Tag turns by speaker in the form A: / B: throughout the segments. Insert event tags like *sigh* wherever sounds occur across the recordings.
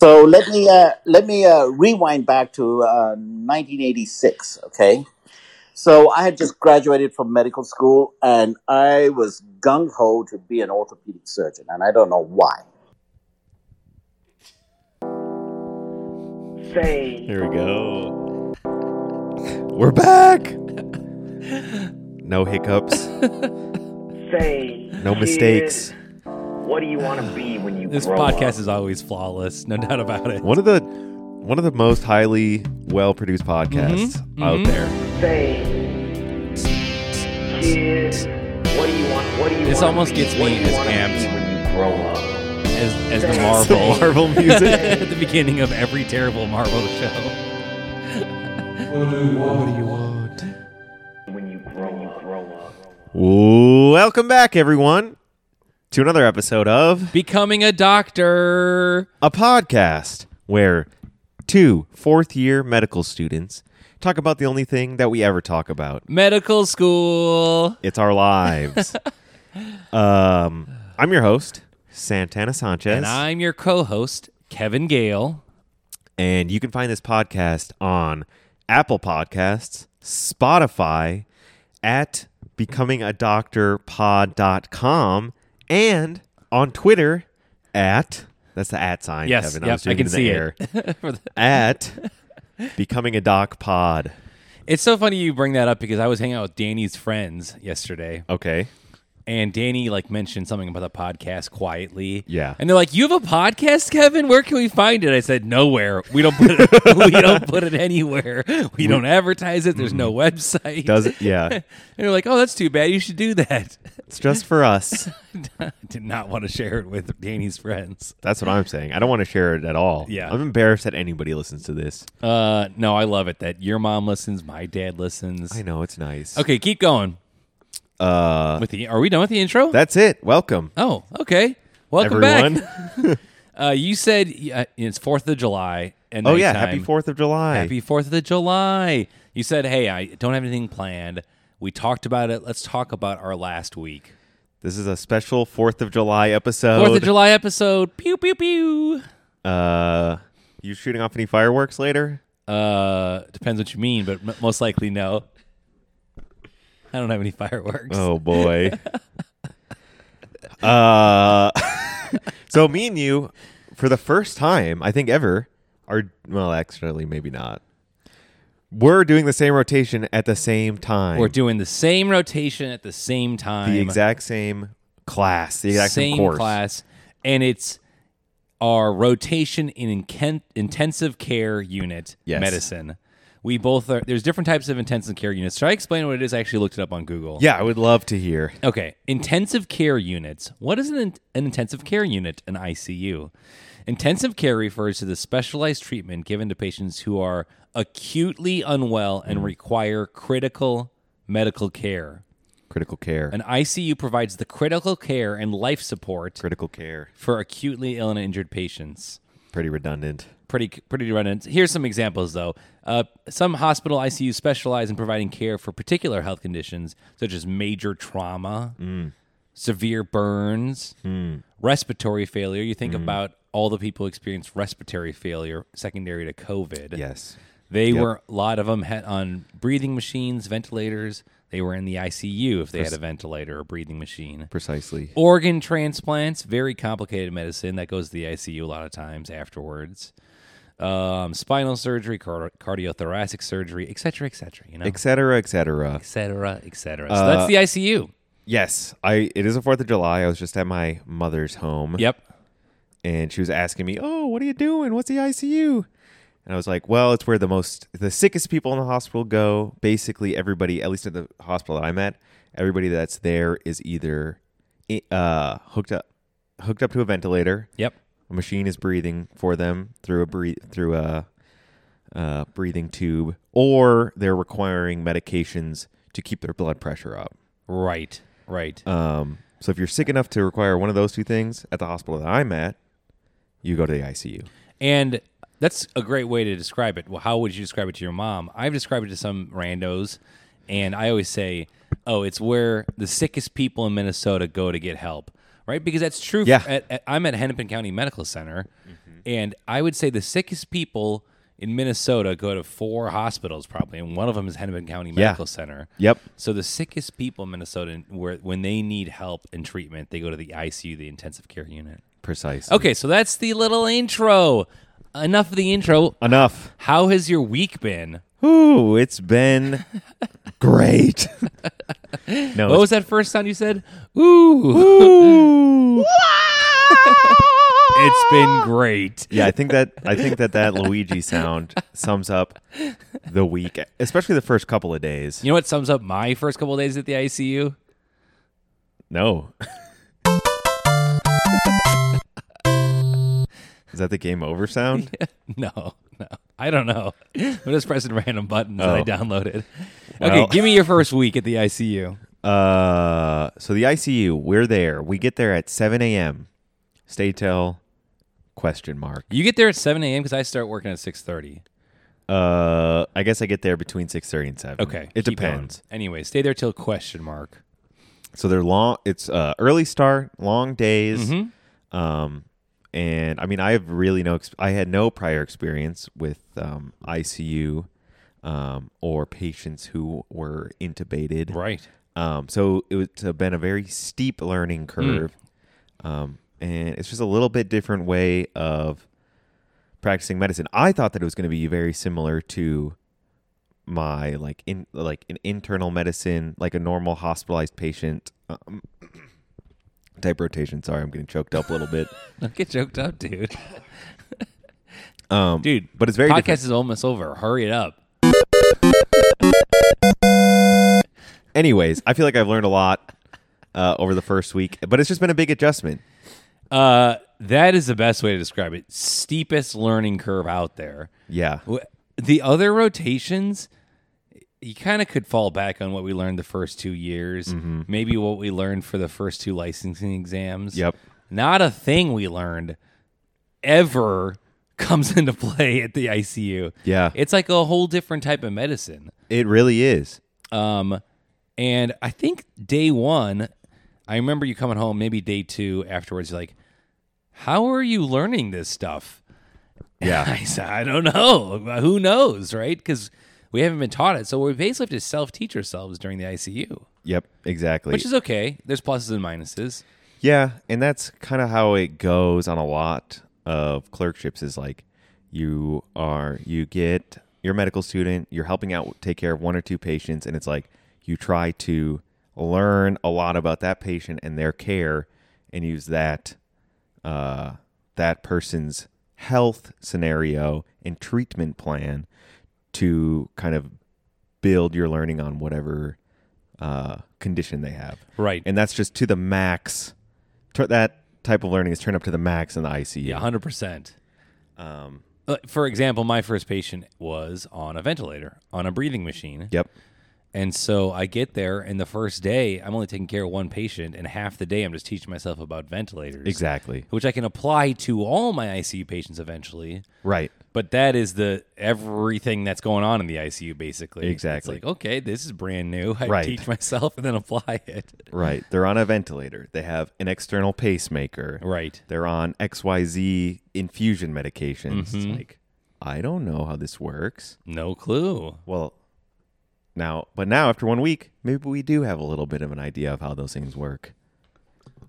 A: So let me uh, let me uh, rewind back to uh, 1986. Okay, so I had just graduated from medical school, and I was gung ho to be an orthopedic surgeon, and I don't know why.
B: Say,
C: Here we go. We're back. No hiccups.
B: say,
C: No
B: kid,
C: mistakes.
B: what do you want to be when you
D: This
B: grow up?
D: podcast is always flawless, no doubt about it.
C: One of the one of the most highly well produced podcasts
D: Mhm,
C: out
D: mhm.
C: there.
B: Say, kid, what do you want? What do you
D: This
B: wanna
D: almost
B: be?
D: gets
B: What
D: me
B: do you
D: as
B: wanna be
D: amped
B: when you grow up?
D: as as the
B: It's
C: Some
D: *laughs* Marvel
C: Marvel music.
D: at the beginning of every terrible Marvel show.
B: When you grow up, grow up.
C: Welcome back, everyone, to another episode of
D: Becoming a doctor.
C: a podcast where two fourth year medical students talk about the only thing that we ever talk about.
D: Medical school.
C: It's our lives. um, I'm your host, Santana Sanchez.
D: And I'm your co-host, Kevin Gale.
C: And you can find this podcast on Apple Podcasts, Spotify, at becomingadoctorpod.com, and on Twitter at that's the at sign,
D: Yes,
C: Kevin.
D: yep,
C: was doing
D: I can
C: it in the
D: see
C: air.
D: it. *laughs* For the-
C: at becoming a doc pod.
D: it's so funny you bring that up because I was hanging out with Danny's friends yesterday,
C: Okay.
D: and Danny like mentioned something about the podcast quietly.
C: Yeah.
D: and they're like, "You have a podcast, Kevin? Where can we find it?" I said, "Nowhere. We don't put it. *laughs* we don't put it anywhere. We don't advertise it. There's no website."
C: Mm-hmm.
D: *laughs*
C: Does it? Yeah.
D: and they're like, "Oh, that's too bad. You should do that." *laughs*
C: It's just for us.
D: Did not want to share it with Danny's friends.
C: That's what I'm saying. I don't want to share it at all.
D: Yeah.
C: I'm embarrassed that anybody listens to this.
D: Uh, no, I love it that your mom listens, my dad listens.
C: I know it's nice.
D: Okay, keep going.
C: Uh,
D: With the are we done with the intro?
C: that's it. Welcome.
D: oh, okay. Welcome *laughs*
C: everyone.
D: back. Uh, you said uh, it's Fourth of July, and
C: Oh yeah, happy
D: nighttime.
C: Fourth of July.
D: Happy Fourth of July. You said, "Hey, I don't have anything planned. We talked about it. Let's talk about our last week,
C: This is a special Fourth of July episode.
D: Fourth of July episode." Pew pew pew.
C: Uh, you shooting off any fireworks later?
D: Uh, depends what you mean, but m- most likely no. I don't have any fireworks.
C: Oh boy. *laughs* uh, *laughs* so me and you, for the first time I think ever, are well, actually maybe not. We're doing the same rotation at the same time.
D: We're doing the same rotation at the same time,
C: the exact same class, the exact same,
D: same
C: course.
D: class, and it's our rotation in inken- intensive care unit
C: Yes.
D: medicine. We both are. There's different types of intensive care units. Should I explain what it is? I actually looked it up on Google.
C: Yeah, I would love to hear.
D: Okay, intensive care units. What is an, in- an intensive care unit, an ICU? Intensive care refers to the specialized treatment given to patients who are acutely unwell
C: Mm.
D: and require critical medical care.
C: Critical care.
D: An ICU provides the critical care and life support
C: Critical care.
D: for acutely ill and injured patients.
C: Pretty redundant.
D: Pretty, pretty redundant. Here's some examples, though. Uh, some hospital ICUs specialize in providing care for particular health conditions, such as major trauma, severe burns, respiratory failure. You think about all the people who experienced respiratory failure secondary to COVID.
C: Yes.
D: They were, a lot of them had on breathing machines, ventilators. They were in the ICU if they had a ventilator or breathing machine
C: Precisely.
D: organ transplants very complicated medicine that goes to the icu a lot of times afterwards um, spinal surgery car- cardiothoracic surgery et cetera et cetera you know Uh, et
C: et cetera, et cetera.
D: cetera et cetera so that's the icu
C: Yes, I. It is the Fourth of July. I was just at my mother's home,
D: yep
C: and she was asking me, "Oh, what are you doing? What's the ICU?" And I was like, "Well, it's where the most, the sickest people in the hospital go. Basically, everybody, at least at the hospital that I'm at, everybody that's there is either i- uh, hooked up, hooked up to a ventilator.
D: yep
C: A machine is breathing for them through a breathe through a uh, breathing tube, or they're requiring medications to keep their blood pressure up."
D: right right
C: Um, so if you're sick enough to require one of those two things at the hospital that I'm at, you go to the ICU.
D: and that's a great way to describe it well how would you describe it to your mom i've described it to some randos and i always say oh it's where the sickest people in minnesota go to get help right because that's true
C: Yeah.
D: at, at- i'm at hennepin county medical center And I would say the sickest people in Minnesota go to four hospitals probably, and one of them is Hennepin County Medical Center.
C: Yep.
D: So the sickest people in Minnesota, where when they need help and treatment, they go to the ICU, the intensive care unit.
C: Precise.
D: Okay, so that's the little intro. Enough of the intro.
C: Enough.
D: How has your week been?
C: Ooh, it's been *laughs*
D: *laughs*
C: great. no.
D: What was that first sound you said? Ooh,
C: Ooh.
D: *laughs* it's been *laughs* great.
C: yeah, I think that I think that that Luigi sound sums up the week, especially the first couple of days.
D: You know what sums up my first couple of days at the ICU?
C: No. *laughs* Is that the game over
D: *laughs*
C: sound?
D: *laughs* No, no, I don't know. I'm just pressing random buttons that I
C: Oh.
D: downloaded.
C: Well.
D: Okay, give me your first week at the ICU.
C: Uh, so the ICU, we're there. We get there at 7 a.m. Stay till question mark.
D: You get there at 7 a.m. because I start working at 6:30.
C: Uh, I guess I get there between 6:30 and 7.
D: Okay,
C: Mm, it
D: keep going.
C: depends.
D: Anyway, stay there till question mark.
C: So they're long. It's uh early start, long days.
D: Mm-hmm.
C: Um, and I mean, I have really no. Ex- I had no prior experience with um ICU, um, or patients who were intubated.
D: Right.
C: Um, so it was uh, been a very steep
D: Hmm.
C: learning curve, um, and it's just a little bit different way of practicing medicine. I thought that it was going to be very similar to my like in like an internal medicine, like a normal hospitalized patient um, *coughs* type rotation. Sorry, I'm getting choked up a little bit.
D: Don't get choked up, dude.
C: Um,
D: Dude,
C: but it's very
D: podcast
C: different.
D: is almost over. Hurry it up.
C: Anyways, I feel like I've learned a lot uh, over the first week, but it's just been a big adjustment.
D: Uh, that is the best way to describe it. Steepest learning curve out there.
C: Yeah,
D: Wh- The other rotations, you kind of could fall back on what we learned the first two years,
C: Mm-hmm.
D: maybe what we learned for the first two licensing exams.
C: Yep.
D: Not a thing we learned ever *laughs* comes into play at the ICU.
C: Yeah.
D: It's like a whole different type of medicine.
C: it really is.
D: Um, and I think day one, I remember you coming home, maybe day two afterwards, you're like, how are you learning this stuff? *laughs*
C: Yeah.
D: I said, I don't know. Who knows, right? Because we haven't been taught it. So we basically have to self teach ourselves during the ICU,
C: Yep, exactly.
D: which is okay. There's pluses and minuses.
C: yeah, and that's kind of how it goes on a lot of clerkships is like you are you get your medical student, you're helping out take care of one or two patients and it's like you try to learn a lot about that patient and their care and use that uh that person's health scenario and treatment plan to kind of build your learning on whatever uh condition they have.
D: Right.
C: and that's just to the max. Tur- That type of learning is turned up to the max in the ICU.
D: Yeah, hundred percent. Um, for example, my first patient was on a ventilator, on a breathing machine.
C: Yep.
D: And so I get there, and the first day I'm only taking care of one patient, and half the day I'm just teaching myself about ventilators,
C: Exactly.
D: which I can apply to all my ICU patients eventually.
C: Right.
D: But that is the everything that's going on in the ICU, basically.
C: Exactly.
D: It's like, okay, this is brand new. *laughs* I
C: Right.
D: teach myself and then apply it. *laughs*
C: Right. They're on a ventilator. They have an external pacemaker.
D: Right.
C: They're on XYZ infusion medications.
D: Mm-hmm.
C: It's like, I don't know how this works.
D: No clue.
C: Well, now, but now after one week, maybe we do have a little bit of an idea of how those things work.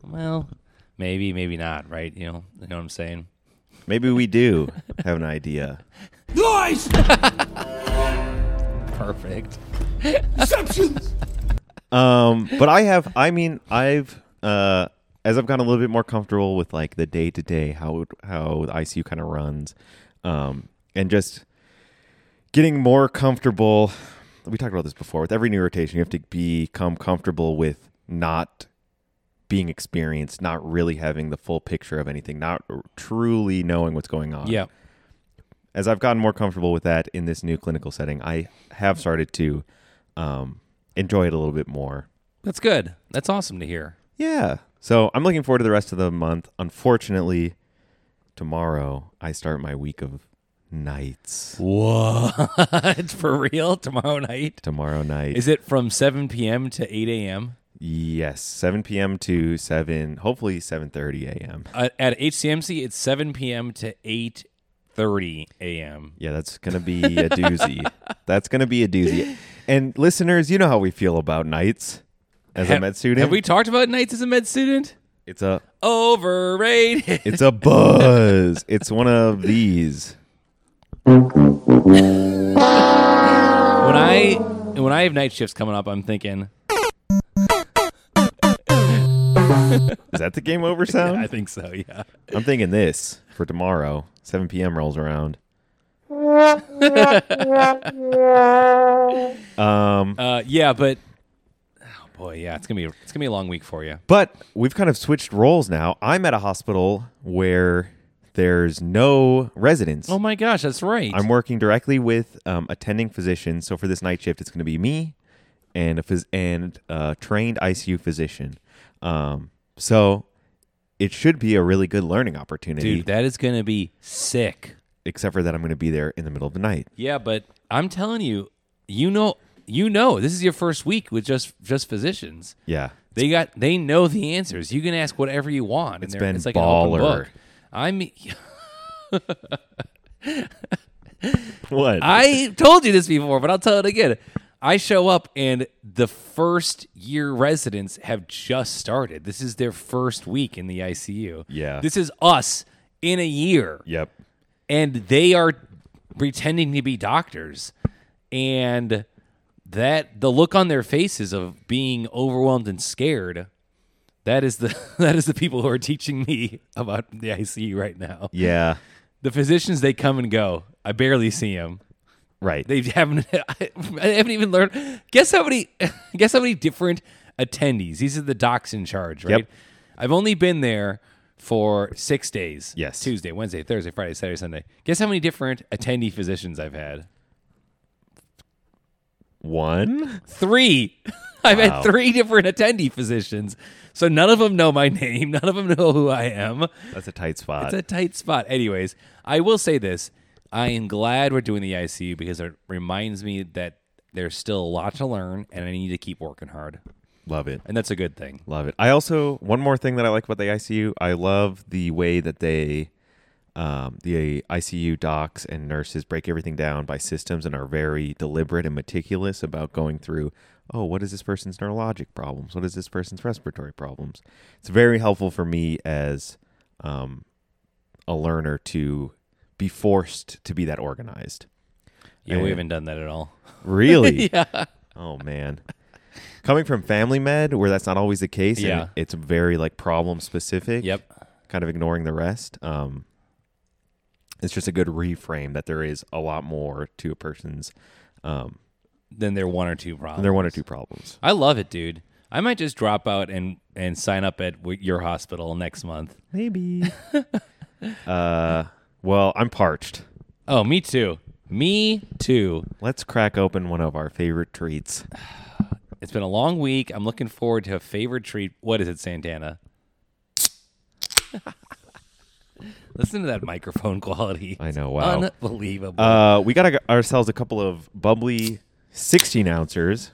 D: Well, maybe, maybe not. Right? You know, you know what I'm saying.
C: Maybe we
D: *laughs*
C: do have an idea.
D: Perfect.
C: Um, but I have, I mean, I've, uh, as I've gotten a little bit more comfortable with like the day to day, how, it- how the ICU kind of runs, um, and just getting more comfortable. We talked about this before with every new rotation, you have to become comfortable with not being experienced, not really having the full picture of anything, not truly knowing what's going on
D: Yeah.
C: as I've gotten more comfortable with that in this new clinical setting, I have started to um, enjoy it a little bit more.
D: That's good. That's awesome to hear.
C: Yeah. So I'm looking forward to the rest of the month. Unfortunately, tomorrow I start my week of nights.
D: What? *laughs* For real? Tomorrow night?
C: Tomorrow night.
D: Is it from 7 p.m. to 8 a.m.?
C: Yes, 7 p.m. to 7, hopefully 7:30 a.m.
D: Uh, at HCMC, it's 7 p.m. to 8:30 a.m.
C: Yeah, that's going to be a
D: *laughs*
C: doozy. that's going to be a doozy. And listeners, you know how we feel about nights as a
D: Have-
C: med student.
D: Have we talked about nights as a med student?
C: it's a
D: Overrated. *laughs*
C: it's a buzz. it's one of these.
D: When I when I have night shifts coming up, I'm thinking
C: Is that the game
D: *laughs*
C: over sound?
D: I think so. Yeah.
C: I'm thinking this for tomorrow. 7 p.m. rolls around. um,
D: Uh, yeah, but oh boy, yeah, it's gonna be it's gonna be a long week for you.
C: but we've kind of switched roles now. I'm at a hospital where there's no residents.
D: Oh my gosh, that's right.
C: I'm working directly with um, attending physicians. So for this night shift, it's going to be me and a phys- and a trained ICU physician. Um, so it should be a really good learning opportunity.
D: Dude, that is gonna be sick.
C: except for that, I'm going to be there in the middle of the night.
D: Yeah, but I'm telling you, you know, you know, this is your first week with just just physicians.
C: Yeah,
D: They got they know the answers. You can ask whatever you want. and
C: It's
D: they're-
C: been
D: it's like an open
C: baller.
D: book. I'm
C: what?
D: *laughs* I told you this before, but I'll tell it again. I show up and the first year residents have just started. This is their first week in the ICU.
C: Yeah.
D: This is us in a year.
C: yep.
D: And they are pretending to be doctors. And that the look on their faces of being overwhelmed and scared, that is the *laughs* that is the people who are teaching me *laughs* about the ICU right now.
C: Yeah.
D: The physicians they come and go. I barely see them.
C: Right.
D: They haven't. *laughs* I haven't even learned. Guess how many? *laughs* Guess how many different attendees? These are the docs in charge, right?
C: Yep.
D: I've only been there for six days.
C: Yes.
D: Tuesday, Wednesday, Thursday, Friday, Saturday, Sunday. Guess how many different attendee physicians I've had? *laughs*
C: One.
D: Three. I've
C: Wow.
D: had three different attendee physicians. So none of them know my *laughs* name. None of them know who I am.
C: That's a tight spot.
D: It's a tight spot. Anyways, I will say this. I am glad we're doing the ICU because it reminds me that there's still a lot to learn and I need to keep working hard.
C: Love it.
D: And that's a good thing.
C: Love it. I also one more thing that I like about the ICU. I love the way that they, um, the ICU docs and nurses break everything down by systems and are very deliberate and meticulous about going through. Oh, what is this person's neurologic problems? What is this person's respiratory problems? It's very helpful for me as um, a learner to be forced to be that organized.
D: Yeah,
C: Yeah.
D: we haven't done that at all.
C: Really? yeah. Oh man. Coming from family med, where that's not always the case, and
D: Yeah.
C: it's very like problem specific.
D: Yep.
C: Kind of ignoring the rest. Um, it's just a good reframe that there is a lot more to a person's um,
D: Then there are one or two problems.
C: and there are one or two problems.
D: I love it, dude. I might just drop out and, and sign up at w- your hospital next month.
C: Maybe. *laughs* uh, well, I'm parched.
D: Oh, me too. Me too.
C: Let's crack open one of our favorite treats.
D: It's been a long week. I'm looking forward to a favorite treat. What is it, Santana? *laughs* Listen to that microphone quality.
C: I know, wow.
D: Unbelievable.
C: Uh, we got ourselves a couple of bubbly 16 ouncers.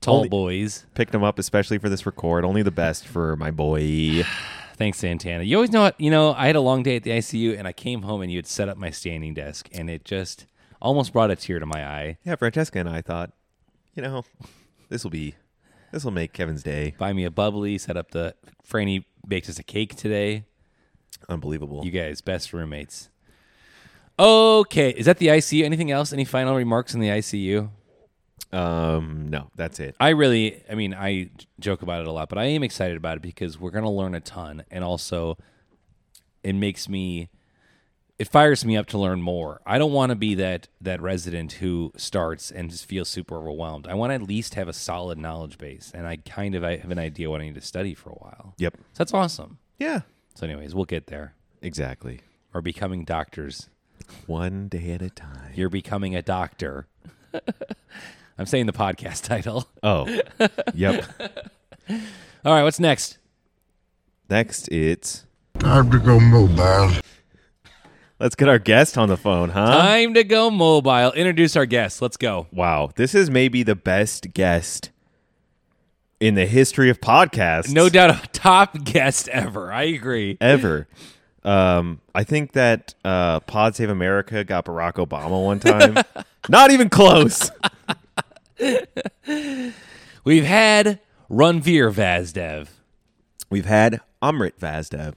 D: Tall
C: only-
D: boys.
C: picked them up especially for this record. Only the best for my boy.
D: Thanks, Santana. You always know what, you know, I had a long day at the ICU and I came home and you had set up my standing desk and it just almost brought a tear to my eye.
C: Yeah, Francesca and I thought, you know, this will be, this will make Kevin's day
D: Buy me a bubbly, set up the Franny baked us a cake today.
C: unbelievable.
D: You guys, best roommates. Okay, is that the ICU? Anything else? Any final remarks on the ICU?
C: um, no, that's it.
D: I really, I mean, I joke about it a lot, but I am excited about it because we're going to learn a ton. And also, it makes me, it fires me up to learn more. I don't want to be that, that resident who starts and just feels super overwhelmed. I want to at least have a solid knowledge base. And I kind of I have an idea what I need to study for a while.
C: Yep.
D: So that's awesome.
C: Yeah.
D: So, anyways, we'll get there.
C: Exactly.
D: We're becoming doctors.
C: One day at a time.
D: You're becoming a doctor. *laughs* I'm saying the podcast *laughs* title.
C: *laughs* Oh. yep.
D: All right, what's next?
C: Next, it's
E: Time to go mobile.
C: let's get our guest on the phone, huh?
D: Time to go mobile. Introduce our guest. Let's go.
C: Wow, this is maybe the best guest in the history of podcasts. *laughs*
D: No doubt a top guest ever. I agree.
C: ever. Um, I think that uh, Pod Save America got Barack Obama one *laughs* time. Not even close.
D: We've had Runveer Vazdev.
C: We've had Amrit Vazdev.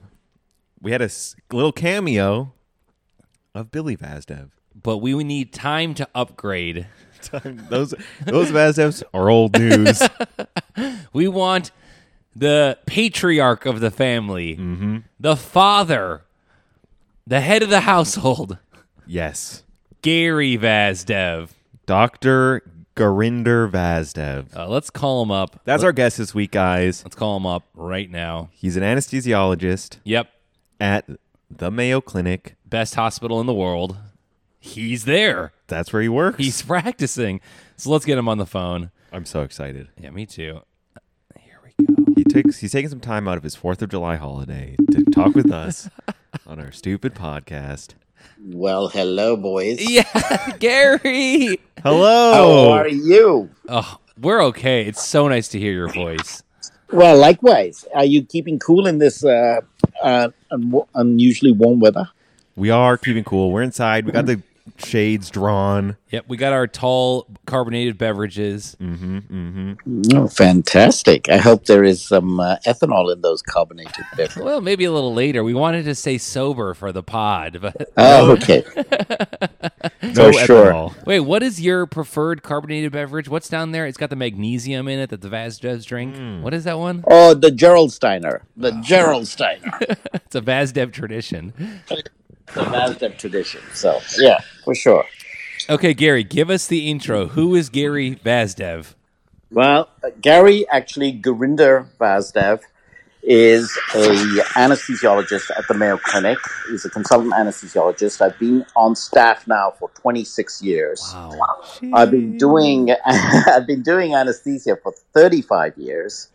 C: We had a s- little cameo of Billy Vazdev.
D: but we would need time to upgrade.
C: Those those Vazdevs are old news.
D: We want the patriarch of the family,
C: Mm-hmm.
D: the father, the head of the household,
C: yes,
D: Gary Vazdev.
C: Doctor Garinder Vazdev.
D: Uh, let's call him up.
C: That's our guest this week, guys.
D: Let's call him up right now.
C: He's an anesthesiologist
D: Yep.
C: at the Mayo Clinic.
D: Best hospital in the world. He's there.
C: That's where he works.
D: *laughs* He's practicing. So let's get him on the phone.
C: I'm so excited.
D: Yeah, me too.
C: He takes he's taking some time out of his Fourth of July holiday to talk with us on our stupid podcast.
F: Well, hello, boys.
D: Yeah, *laughs* Gary.
C: Hello.
F: How are you?
D: Oh, we're okay. It's so nice to hear your voice.
A: Well, likewise. Are you keeping cool in this uh, uh, un- unusually warm weather?
C: We are keeping cool. We're inside. We got the shades drawn.
D: Yep, we got our tall carbonated beverages.
C: Mm-hmm. Mm-hmm.
A: Oh, fantastic. I hope there is some uh, ethanol in those carbonated beverages.
D: Well, maybe a little later. We wanted to stay sober for the pod, but *laughs*
A: Oh, okay.
C: No
A: sure.
C: ethanol.
D: wait, what is your preferred carbonated beverage? What's down there? It's got the magnesium in it that the Vazdevs drink. What is that one?
A: *laughs*
D: *laughs*
A: Oh, the Gerald Steiner. The Gerald Steiner.
D: It's a Vazdev tradition.
A: the Mazda tradition. So, yeah, for sure.
D: Okay, Gary, give us the intro. Who is Gary Vazdev?
A: Well, uh, Gary actually Gurinder Vazdev is a anesthesiologist at the Mayo Clinic. He's a consultant anesthesiologist. I've been on staff now for 26 years.
D: Wow.
A: I've been doing *laughs* I've been doing anesthesia for 35 years,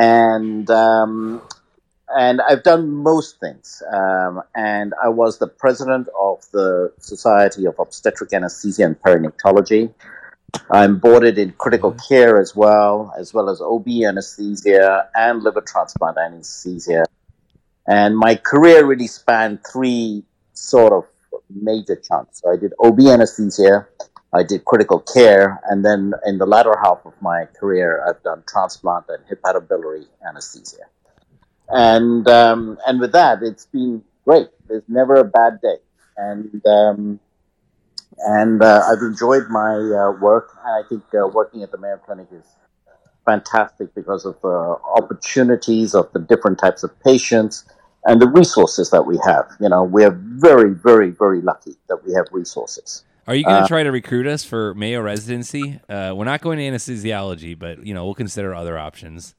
A: and um, and I've done most things. Um, and I was the president of the Society of Obstetric Anesthesia and Perinatology. I'm boarded in critical care as well, as well as OB anesthesia and liver transplant anesthesia. And my career really spanned three sort of major chunks. So I did OB anesthesia, I did critical care, and then in the latter half of my career, I've done transplant and hepatobiliary anesthesia. And um, and with that, it's been great. There's never a bad day, and um, and uh, I've enjoyed my uh, work. And I think uh, working at the Mayo Clinic is fantastic because of the opportunities of the different types of patients and the resources that we have. You know, we are very, very, very lucky that we have resources.
D: Are you going
A: Uh,
D: to try to recruit us for Mayo residency? Uh, we're not going to anesthesiology, but you know we'll consider other options.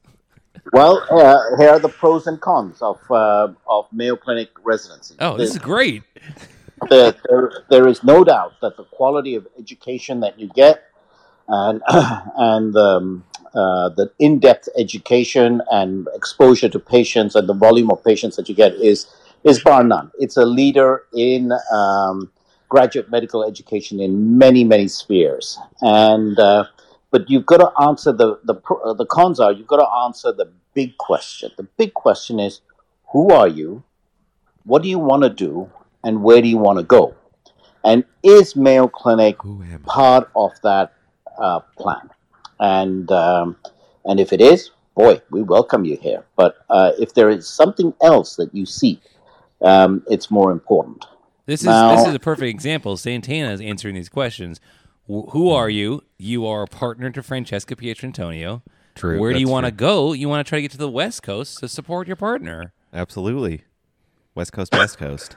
A: Well, uh, here are the pros and cons of uh, of Mayo Clinic residency.
D: Oh, this is
A: There-
D: great.
A: there, there- there is no doubt that the quality of education that you get and *coughs* and um, uh, the in depth education and exposure to patients and the volume of patients that you get is is bar none. It's a leader in um, graduate medical education in many many spheres and. Uh, but you've got to answer the the pro- uh, the cons are you've got to answer the big question. The big question is, who are you? What do you want to do, and where do you want to go? And is Mayo Clinic
C: Who am I?
A: part of that uh, plan? And um, and if it is, boy, we welcome you here. But uh, if there is something else that you seek, um, it's more important.
D: This is
A: Now-
D: this is a perfect example. Santana is answering these questions. Wh- Who are you? You are a partner to Francesca Pietrantonio.
C: True,
D: Where do you
C: that's
D: want to
C: true.
D: go? You want to try to get to the West Coast to support your partner.
C: Absolutely. West Coast, West Coast.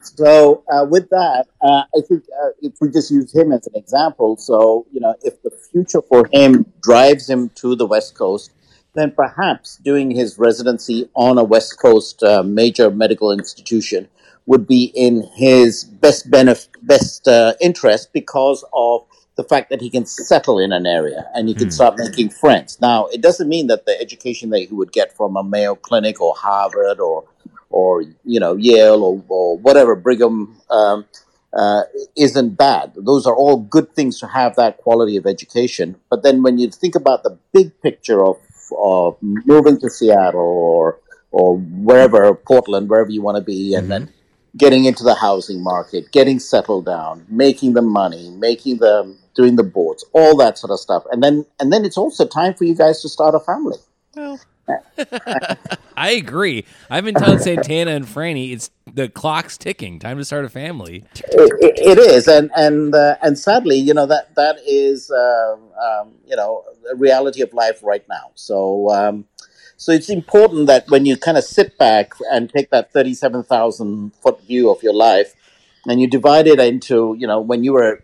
A: So uh, with that, uh, I think uh, if we just use him as an example, so you know, if the future for him drives him to the West Coast, then perhaps doing his residency on a West Coast uh, major medical institution would be in his best benef- best uh, interest because of the fact that he can settle in an area and he can start making friends. Now, it doesn't mean that the education that he would get from a Mayo Clinic or Harvard or or you know Yale or, or whatever Brigham um, uh, isn't bad. Those are all good things to have that quality of education. But then when you think about the big picture of of moving to Seattle or or wherever Portland, wherever you want to be, and then getting into the housing market, getting settled down, making the money, making the doing the boards, all that sort of stuff, and then and then it's also time for you guys to start a family.
C: Well,
D: I agree. I've been telling Santana and Franny it's the clock's ticking. Time to start a family.
A: it, it it is, and and uh, and sadly, you know that that is uh, um, you know the reality of life right now. So um, so it's important that when you kind of sit back and take that thirty-seven thousand foot view of your life, and you divide it into you know when you were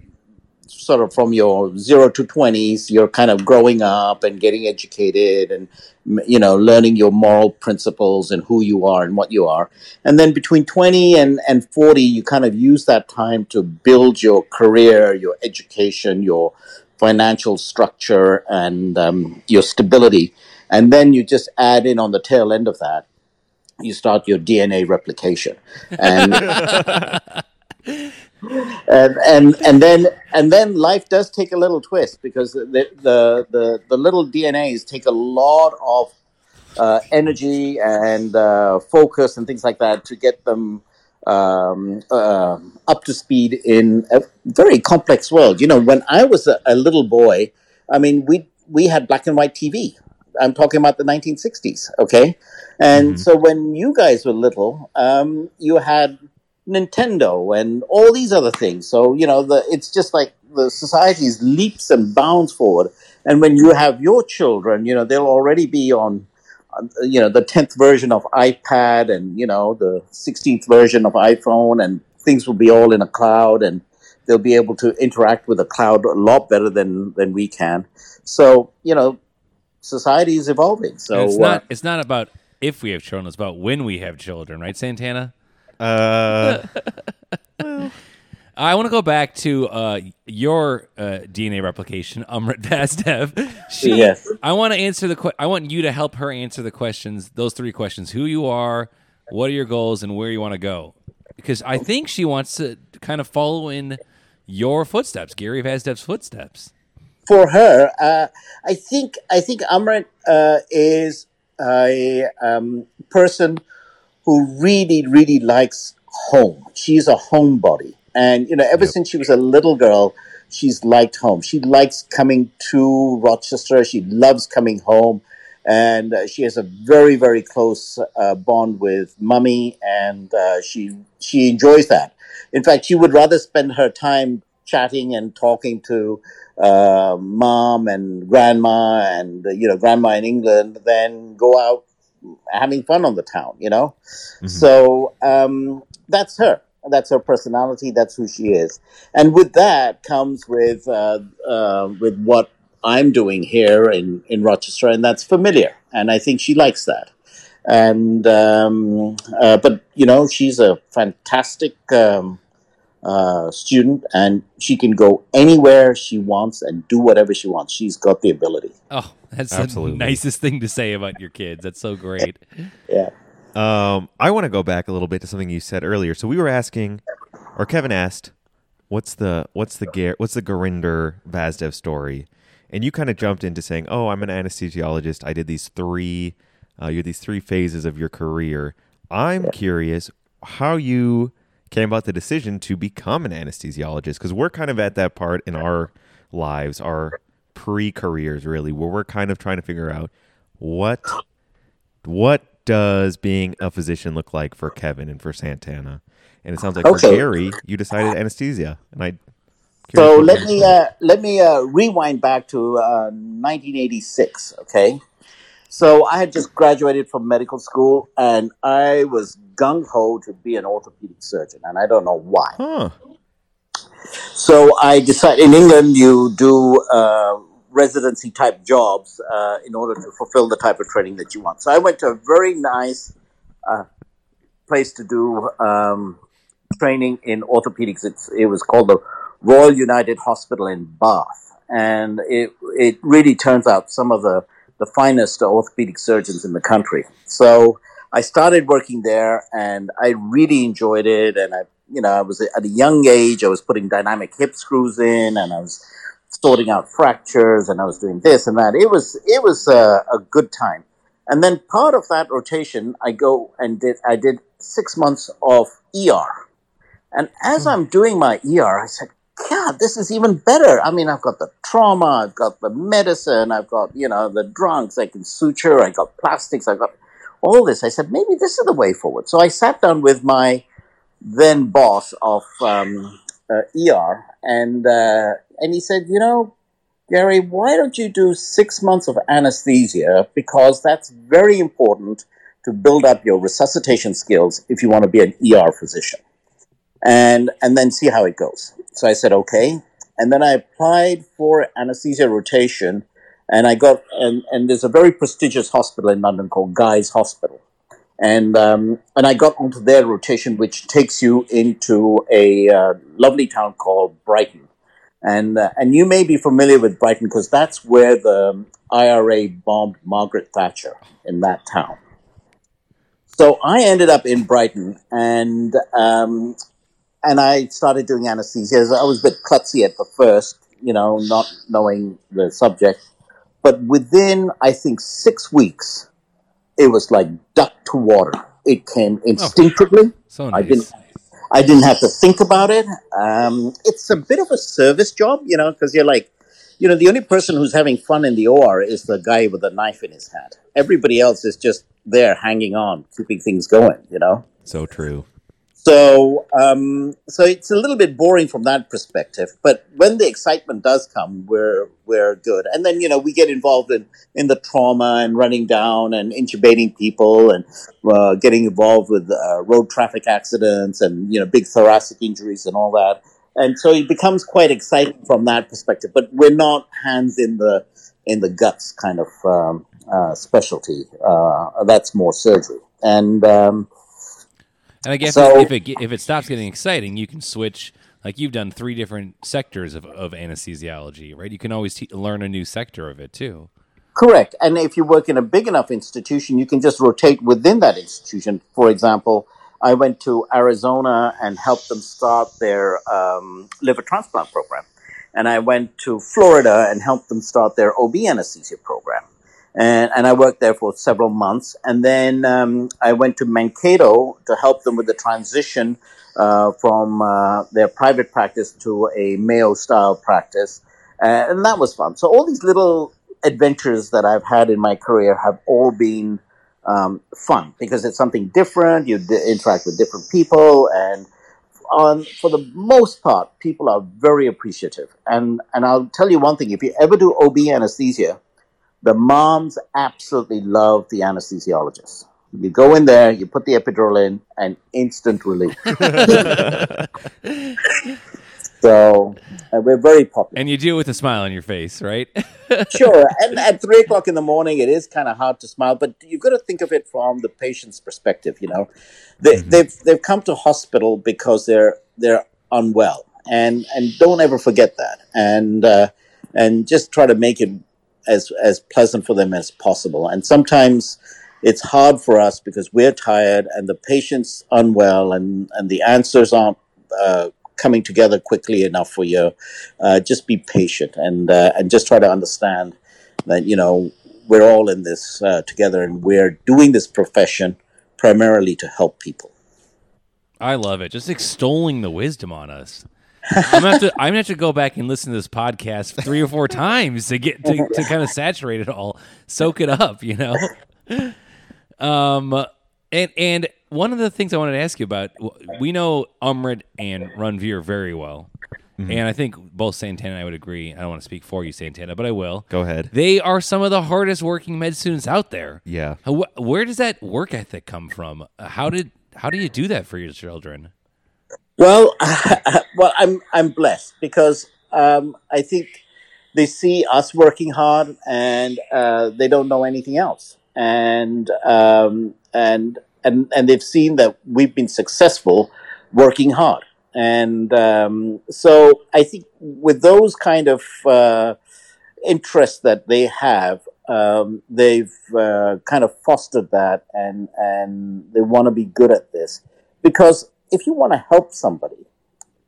A: sort of from your zero to 20s you're kind of growing up and getting educated and m- you know learning your moral principles and who you are and what you are and then between 20 and, and 40 you kind of use that time to build your career your education your financial structure and um, your stability and then you just add in on the tail end of that you start your dna replication and and and and then and then life does take a little twist because the the the, the little DNAs take a lot of uh, energy and uh, focus and things like that to get them um, uh, up to speed in a very complex world. You know, when I was a, a little boy, I mean, we we had black and white TV. I'm talking about the 1960s, okay? And so when you guys were little, um, you had Nintendo and all these other things. So you know, the it's just like the society's leaps and bounds forward. And when you have your children, you know they'll already be on, on, uh, you know, the tenth version of iPad and you know the sixteenth version of iPhone, and things will be all in a cloud, and they'll be able to interact with the cloud a lot better than than we can. So you know, society is evolving. So
D: And it's
A: uh,
D: not. It's not about if we have children. It's about when we have children, right, Santana?
C: uh,
D: I want to go back to uh, your uh, DNA replication, *laughs* Amrit Vazdev. She,
A: Yes.
D: I want to answer the. Que- I want you to help her answer the questions. Those three questions: who you are, what are your goals, and where you want to go. Because I think she wants to kind of follow in your footsteps, Gary Vazdev's footsteps.
A: for her, uh, I think I think Amrit uh, is a um, person who really really likes home. She's a homebody, and you know, ever since she was a little girl, she's liked home. She likes coming to Rochester. She loves coming home, and uh, she has a very very close uh, bond with Mummy, and uh, she she enjoys that. In fact, she would rather spend her time chatting and talking to uh, mom and grandma and uh, you know grandma in England than go out having fun on the town. You know,
C: Mm-hmm.
A: so um, that's her. That's her personality. That's who she is. And with that comes with uh, uh, with what I'm doing here in in Rochester, and that's familiar. And I think she likes that. And um, uh, but you know, she's a fantastic. Um, uh, student, and she can go anywhere she wants and do whatever she wants. She's got the ability.
D: Oh, that's
C: Absolutely.
D: the nicest thing to say about your kids. That's so great.
A: Yeah.
C: um, I want to go back a little bit to something you said earlier. So we were asking, or Kevin asked, what's the what's the Gar- what's the Garinder Vazdev story? And you kind of jumped into saying, "Oh, I'm an anesthesiologist. I did these three, uh, you had these three phases of your career." I'm curious how you came about the decision to become an anesthesiologist because we're kind of at that part in our lives, our pre-careers, really, where we're kind of trying to figure out what what does being a physician look like for Kevin and for Santana? And it sounds like for
A: Okay.
C: Gary, you decided anesthesia, and I.
A: So let me uh, let me uh, rewind back to uh, 1986. Okay, so I had just graduated from medical school, and I was gung ho to be an orthopedic surgeon, and I don't know why.
C: Huh.
A: So I decided in England you do uh, residency type jobs uh, in order to fulfill the type of training that you want. So I went to a very nice uh, place to do um, training in orthopedics. It's, it was called the Royal United Hospital in Bath, and it it really turns out some of the the finest orthopedic surgeons in the country. So I started working there, and I really enjoyed it. And I, you know, I was at a young age. I was putting dynamic hip screws in, and I was sorting out fractures, and I was doing this and that. It was it was a, a good time. And then part of that rotation, I go and did I did six months of ER. And as I'm doing my ER, I said, God, this is even better. I mean, I've got the trauma, I've got the medicine, I've got, you know, the drunks, I can suture, I got plastics, I've got all this. I said, maybe this is the way forward. So I sat down with my then boss of um, uh, ER, and, uh, and he said, you know, Gary, why don't you do six months of anesthesia? Because that's very important to build up your resuscitation skills if you want to be an ER physician and and then see how it goes. So I said okay, and then I applied for anesthesia rotation, and I got and and there's a very prestigious hospital in London called Guy's Hospital, and um, and I got onto their rotation, which takes you into a uh, lovely town called Brighton, and uh, and you may be familiar with Brighton because that's where the um, IRA bombed Margaret Thatcher in that town. So I ended up in Brighton, and um, and I started doing anesthesia. I was a bit klutzy at the first, you know, not knowing the subject. But within, I think, six weeks, it was like duck to water. It came instinctively.
D: So
A: I
D: nice.
A: didn't. I didn't have to think about it. Um, it's a bit of a service job, you know, because you're like, you know, the only person who's having fun in the OR is the guy with the knife in his hand. Everybody else is just there hanging on, keeping things going, you know.
C: So true.
A: So, um, so it's a little bit boring from that perspective. But when the excitement does come, we're we're good. And then you know we get involved in in the trauma and running down and intubating people and uh, getting involved with uh, road traffic accidents and you know big thoracic injuries and all that. And so it becomes quite exciting from that perspective. But we're not hands in the in the guts kind of um, uh, specialty. Uh, that's more surgery. And um,
D: And I guess
A: So-
D: if it ge- if it stops getting exciting, you can switch. Like you've done three different sectors of, of anesthesiology, right? You can always te- learn a new sector of it too.
A: Correct. And if you work in a big enough institution, you can just rotate within that institution. For example, I went to Arizona and helped them start their um, liver transplant program. And I went to Florida and helped them start their OB anesthesia program. And, and I worked there for several months. And then um, I went to Mankato to help them with the transition uh, from uh, their private practice to a Mayo style practice. Uh, and that was fun. So all these little adventures that I've had in my career have all been um, fun because it's something different. You d- interact with different people, and on for the most part, people are very appreciative. And and I'll tell you one thing: if you ever do OB anesthesia, the moms absolutely love the anesthesiologist. You go in there, you put the epidural in, and instant relief. so uh, we're very popular.
D: And you do it with a smile on your face, right? *laughs*
A: sure. And at three o'clock in the morning, it is kind of hard to smile, but you've got to think of it from the patient's perspective. You know, they, they've they've come to hospital because they're they're unwell, and and don't ever forget that, and uh, and just try to make it as as pleasant for them as possible. And sometimes it's hard for us because we're tired and the patient's unwell, and and the answers aren't. Uh, coming together quickly enough for you uh, just be patient and uh, and just try to understand that you know we're all in this uh, together and we're doing this profession primarily to help people.
D: I love it. Just extolling the wisdom on us. I'm gonna, have to, I'm gonna have to go back and listen to this podcast three or four times to get to, to kind of saturate it all, soak it up, you know. Um, and and one of the things I wanted to ask you about, w- we know Umrit and Ranveer very well, and I think both Santana and I would agree. I don't want to speak for you, Santana, but I will.
C: *laughs* Go ahead.
D: They are some of the hardest working med students out there.
C: Yeah.
D: How- wh- Where does that work ethic come from? How did how do you do that for your children?
A: Well, *laughs* well, I'm I'm blessed because um, I think they see us working hard and uh, they don't know anything else, and um, and and and they've seen that we've been successful working hard, and um, so I think with those kind of uh, interests that they have. Um, they've uh, kind of fostered that, and and they want to be good at this because if you want to help somebody,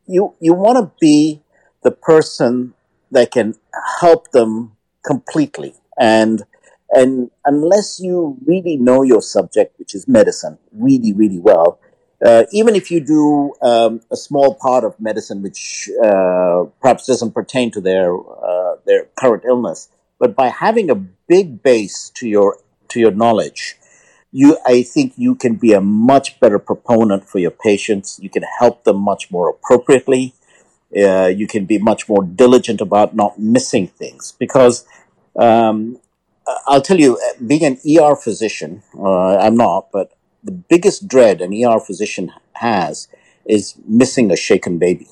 A: you you want to be the person that can help them completely. And and unless you really know your subject, which is medicine, really, really well, uh, even if you do um, a small part of medicine, which uh, perhaps doesn't pertain to their uh, their current illness, but by having a big base to your to your knowledge, you I think you can be a much better proponent for your patients. You can help them much more appropriately. Uh, you can be much more diligent about not missing things because um, I'll tell you, uh, being an ER physician, uh, I'm not, but the biggest dread an ER physician has is missing a shaken baby.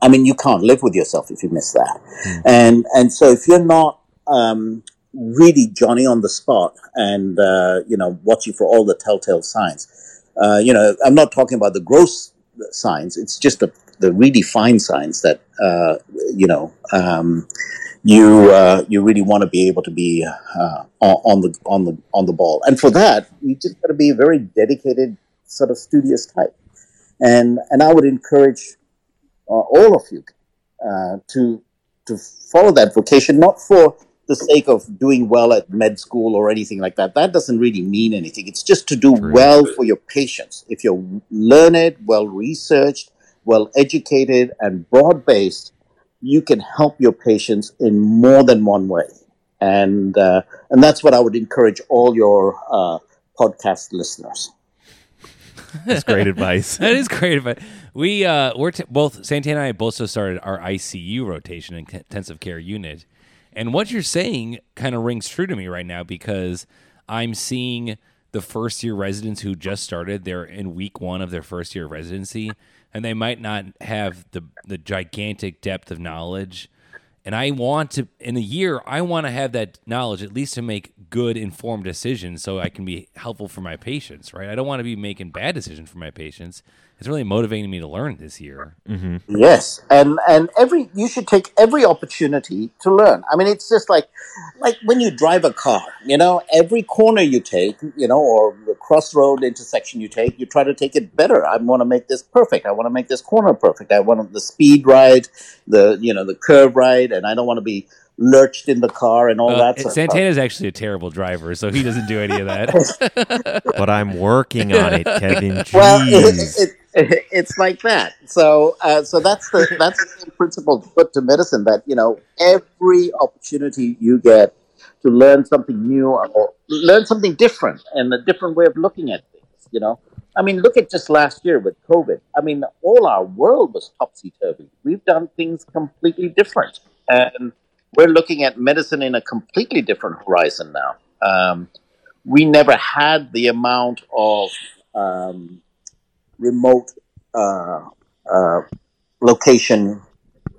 A: I mean, you can't live with yourself if you miss that, and and so if you're not um, really Johnny on the spot and uh, you know watching for all the telltale signs, uh, you know, I'm not talking about the gross signs. It's just the the really fine signs that uh, you know. Um, you uh, you really want to be able to be uh, on, on the on the on the ball, and for that you just got to be a very dedicated sort of studious type, and and I would encourage uh, all of you uh, to to follow that vocation, not for the sake of doing well at med school or anything like that. That doesn't really mean anything. It's just to do well for your patients. If you're learned, well researched, well educated, and broad based, you can help your patients in more than one way. And uh, and that's what I would encourage all your uh, podcast listeners.
C: That's great advice.
D: *laughs* That is great, but we uh, we're t- both Santana and I both just started our ICU rotation in intensive care unit, and what you're saying kind of rings true to me right now because I'm seeing the first year residents who just started. They're in week one of their first year of residency, and they might not have the the gigantic depth of knowledge. And I want to in a year, I want to have that knowledge at least to make good informed decisions so I can be helpful for my patients, right? I don't want to be making bad decisions for my patients. It's really motivating me to learn this year.
C: Mm-hmm.
A: Yes, and and every you should take every opportunity to learn. I mean, it's just like like when you drive a car, you know, every corner you take, you know, or the crossroad intersection you take, you try to take it better. I want to make this perfect. I want to make this corner perfect. I want the speed right, the you know the curve right, and I don't want to be lurched in the car and all
D: Uh,
A: that. Sort of stuff.
D: Santana's actually a terrible driver, so he doesn't do any of that.
C: *laughs*
D: *laughs*
C: but I'm working on it, Kevin.
A: *laughs* Well,
C: Jeez.
A: it, it, it, it's like that. So, uh, so that's the that's the same principle put to medicine. That you know, every opportunity you get to learn something new or learn something different and a different way of looking at things. You know, I mean, look at just last year with COVID. I mean, all our world was topsy turvy. We've done things completely different, and we're looking at medicine in a completely different horizon now. Um, we never had the amount of um, remote uh, uh, location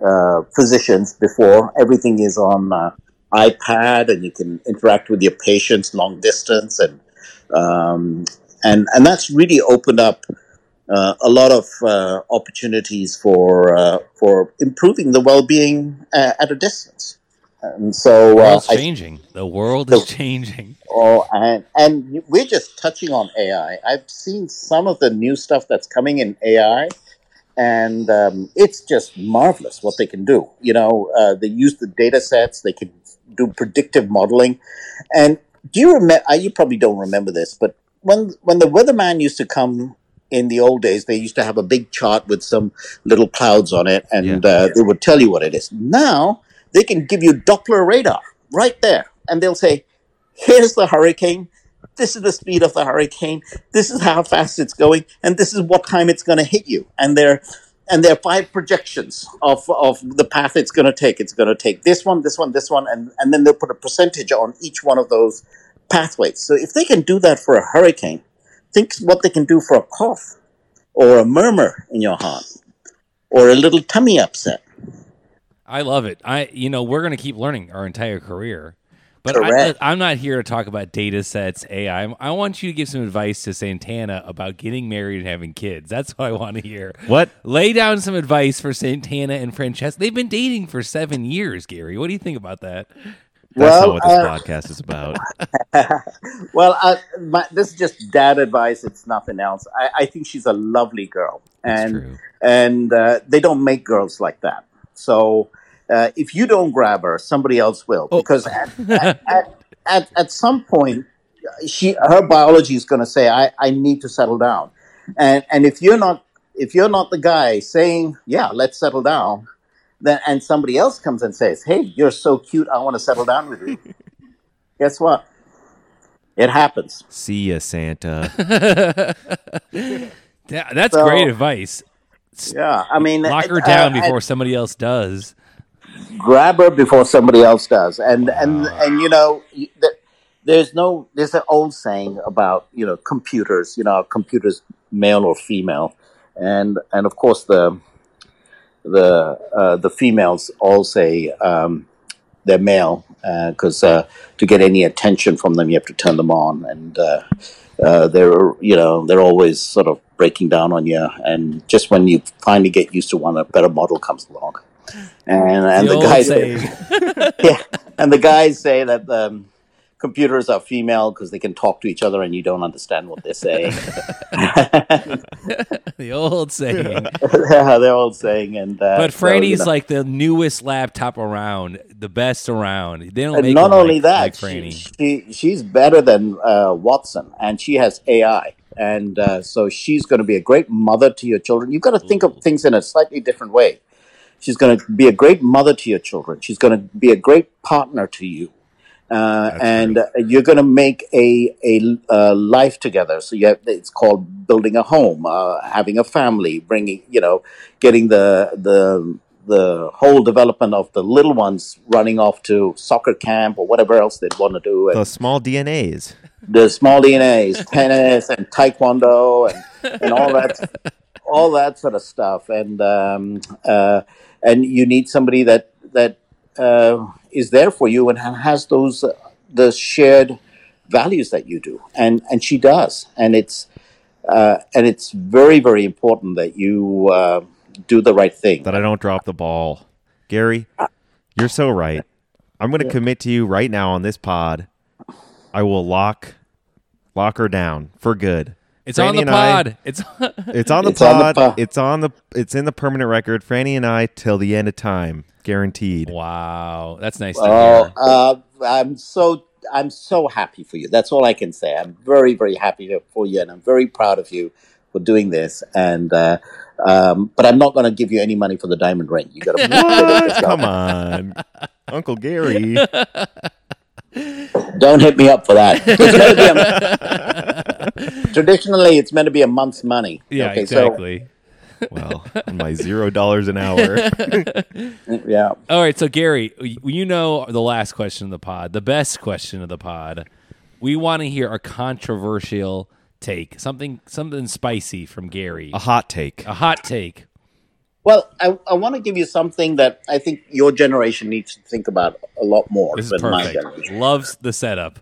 A: uh, physicians before. Everything is on uh, iPad, and you can interact with your patients long distance, and um, and and that's really opened up. Uh, a lot of uh, opportunities for uh, for improving the well-being uh, at a distance, and so
D: the
A: uh,
D: world's
A: I
D: changing. The world is changing.
A: Oh, and and you- we're just touching on AI. I've seen some of the new stuff that's coming in AI, and um, it's just marvelous what they can do. You know, uh, they use the data sets. They can do predictive modeling. And do you remember? You probably don't remember this, but when when the weatherman used to come in the old days, they used to have a big chart with some little clouds on it, and uh, they would tell you what it is. Now they can give you Doppler radar right there, and they'll say here's the hurricane. This is the speed of the hurricane. This is how fast it's going, and this is what time it's going to hit you. And there, and there are five projections of of the path it's going to take. It's going to take this one, this one, this one, and and then they'll put a percentage on each one of those pathways. So if they can do that for a hurricane, think what they can do for a cough, or a murmur in your heart, or a little tummy upset.
D: I love it. I you know we're gonna keep learning our entire career, but
A: Correct.
D: I, am not here to talk about data sets, AI. I'm- I want you to give some advice to Santana about getting married and having kids. That's what I want to hear.
C: what?
D: Lay down some advice for Santana and Francesca. They've been dating for seven years, Gary. What do you think about that? *laughs*
C: That's
A: Well,
C: not what this
A: uh,
C: podcast is about.
A: well, I, my, this is just dad advice. It's nothing else. I, I think she's a lovely girl,
C: That's
A: and
C: true.
A: and uh, they don't make girls like that. So Uh, if you don't grab her, somebody else will.
D: Oh. *laughs*
A: Because at, at, at, at, at some point, she her biology is going to say, I, "I need to settle down," and and if you're not if you're not the guy saying, "Yeah, let's settle down," then and somebody else comes and says, "Hey, you're so cute, I want to settle down
D: *laughs*
A: with you." Guess what? It happens.
C: See ya, Santa.
D: Yeah, that's
A: So-
D: great advice.
A: Yeah, I mean,
D: Lock her
A: uh,
D: down
A: uh,
D: before somebody else does.
A: grab her before somebody else does. And and and you know, y- th- there's no there's an old saying about you know computers. You know, are computers male or female, and and of course the the uh, the females all say um, they're male because uh, to get any attention from them, you have to turn them on, and uh, uh, they're you know they're always sort of breaking down on you. And just when you finally get used to one, a better model comes along, and and the,
D: old
A: guys
D: saying. *laughs*
A: yeah, and the guys say that. Um, Computers are female because they can talk to each other, and you don't understand what they're saying. *laughs*
D: the
A: *laughs*
D: old saying.
A: they're all saying, and uh,
D: But
A: so,
D: Franny's
A: you know.
D: like the newest laptop around, the best around. They don't
A: and
D: make
A: not
D: them
A: only
D: like-
A: that,
D: like
A: she,
D: Franny.
A: she she's better than uh, Watson, and she has AI, and uh, so she's going to be a great mother to your children. You've got to think of things in a slightly different way. She's going to be a great mother to your children. She's going to be a great partner to you, uh,
C: That's
A: and uh, you're going to make a a uh, life together. So you have, it's called building a home, uh, having a family, bringing you know, getting the the the whole development of the little ones running off to soccer camp or whatever else they'd want to do, and
C: the small DNAs.
A: the small DNAs, tennis and taekwondo and, and all that, all that sort of stuff. And um, uh, and you need somebody that that uh, is there for you and has those uh, the shared values that you do, and and she does, and it's uh, and it's very very important that you uh, do the right thing.
C: That I don't drop the ball. Gary,
A: Uh,
C: you're so right. I'm going to commit to you right now on this pod. I will lock lock her down for good.
D: It's on the
C: and I-
D: pod. it's *laughs*
C: It's on the
A: It's on the
C: pod.
A: pod.
C: It's on the. It's in the permanent record. Franny and I till the end of time, guaranteed.
D: wow. That's nice to
A: Oh,
D: hear.
A: uh, I'm so I'm so happy for you. That's all I can say. I'm very very happy for you, and I'm very proud of you for doing this. And uh, um, but I'm not going to give you any money for the diamond ring. You got
D: *laughs*
C: What?
A: to
C: *laughs* Come on, Uncle Gary.
A: *laughs* don't hit me up for
D: *laughs*
A: that. It's meant to be a- traditionally, it's meant to be a month's money.
D: Yeah,
A: Okay, so-
D: exactly.
C: Well, my zero dollars an hour.
A: yeah.
D: All right, so Gary, y- you know the last question of the pod, the best question of the pod. We want to hear a controversial take, something something spicy from Gary,
C: A hot take.
D: a hot take.
A: Well, I, I want to give you something that I think your generation needs to think about a lot more
D: This is
A: than my
D: perfect.
A: generation.
D: Loves the setup.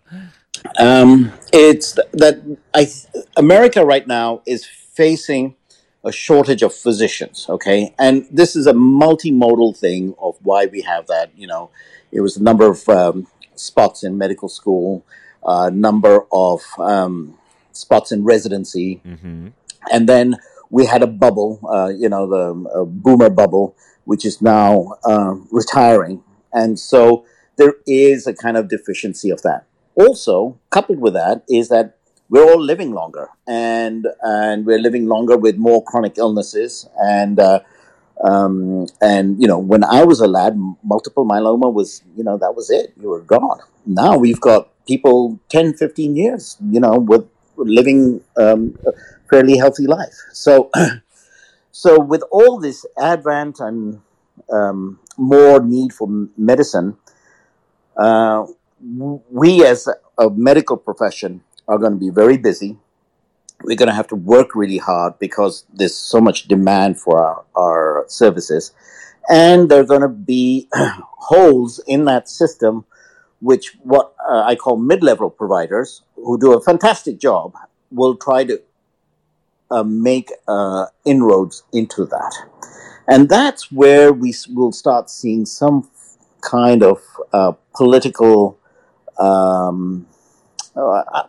A: Um, it's th- that I th- America right now is facing a shortage of physicians. Okay, and this is a multimodal thing of why we have that. You know, it was the number of um, spots in medical school, uh, number of um, spots in residency,
C: Mm-hmm.
A: and then we had a bubble, uh, you know, the uh, boomer bubble, which is now uh, retiring, and so there is a kind of deficiency of that. Also, coupled with that is that we're all living longer, and and we're living longer with more chronic illnesses, and uh, um, and you know, when I was a lad, m- multiple myeloma was you know that was it; you were gone. Now we've got people 10, 15 years, you know, with living um, a fairly healthy life. So, *clears throat* so with all this advent and um, more need for m- medicine, uh, w- we as a medical profession are going to be very busy. We're going to have to work really hard because there's so much demand for our, our services. And there are going to be holes in that system, which what uh, I call mid level providers, who do a fantastic job, will try to uh, make uh, inroads into that. And that's where we s- will start seeing some kind of uh, political um, uh,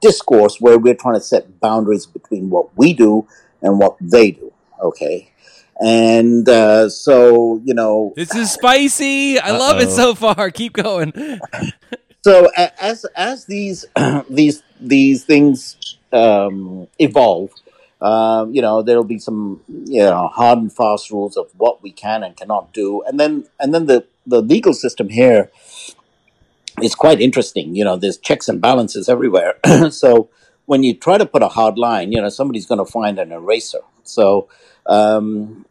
A: discourse where we're trying to set boundaries between what we do and what they do. Okay. And uh, so, you know,
D: This is spicy. I love it so far. Keep going.
A: so a- as as these *clears throat* these these things um, evolve, um, you know there'll be some you know hard and fast rules of what we can and cannot do, and then and then the the legal system here is quite interesting. You know, there's checks and balances everywhere. *clears throat* so when you try to put a hard line, you know somebody's going to find an eraser. So um,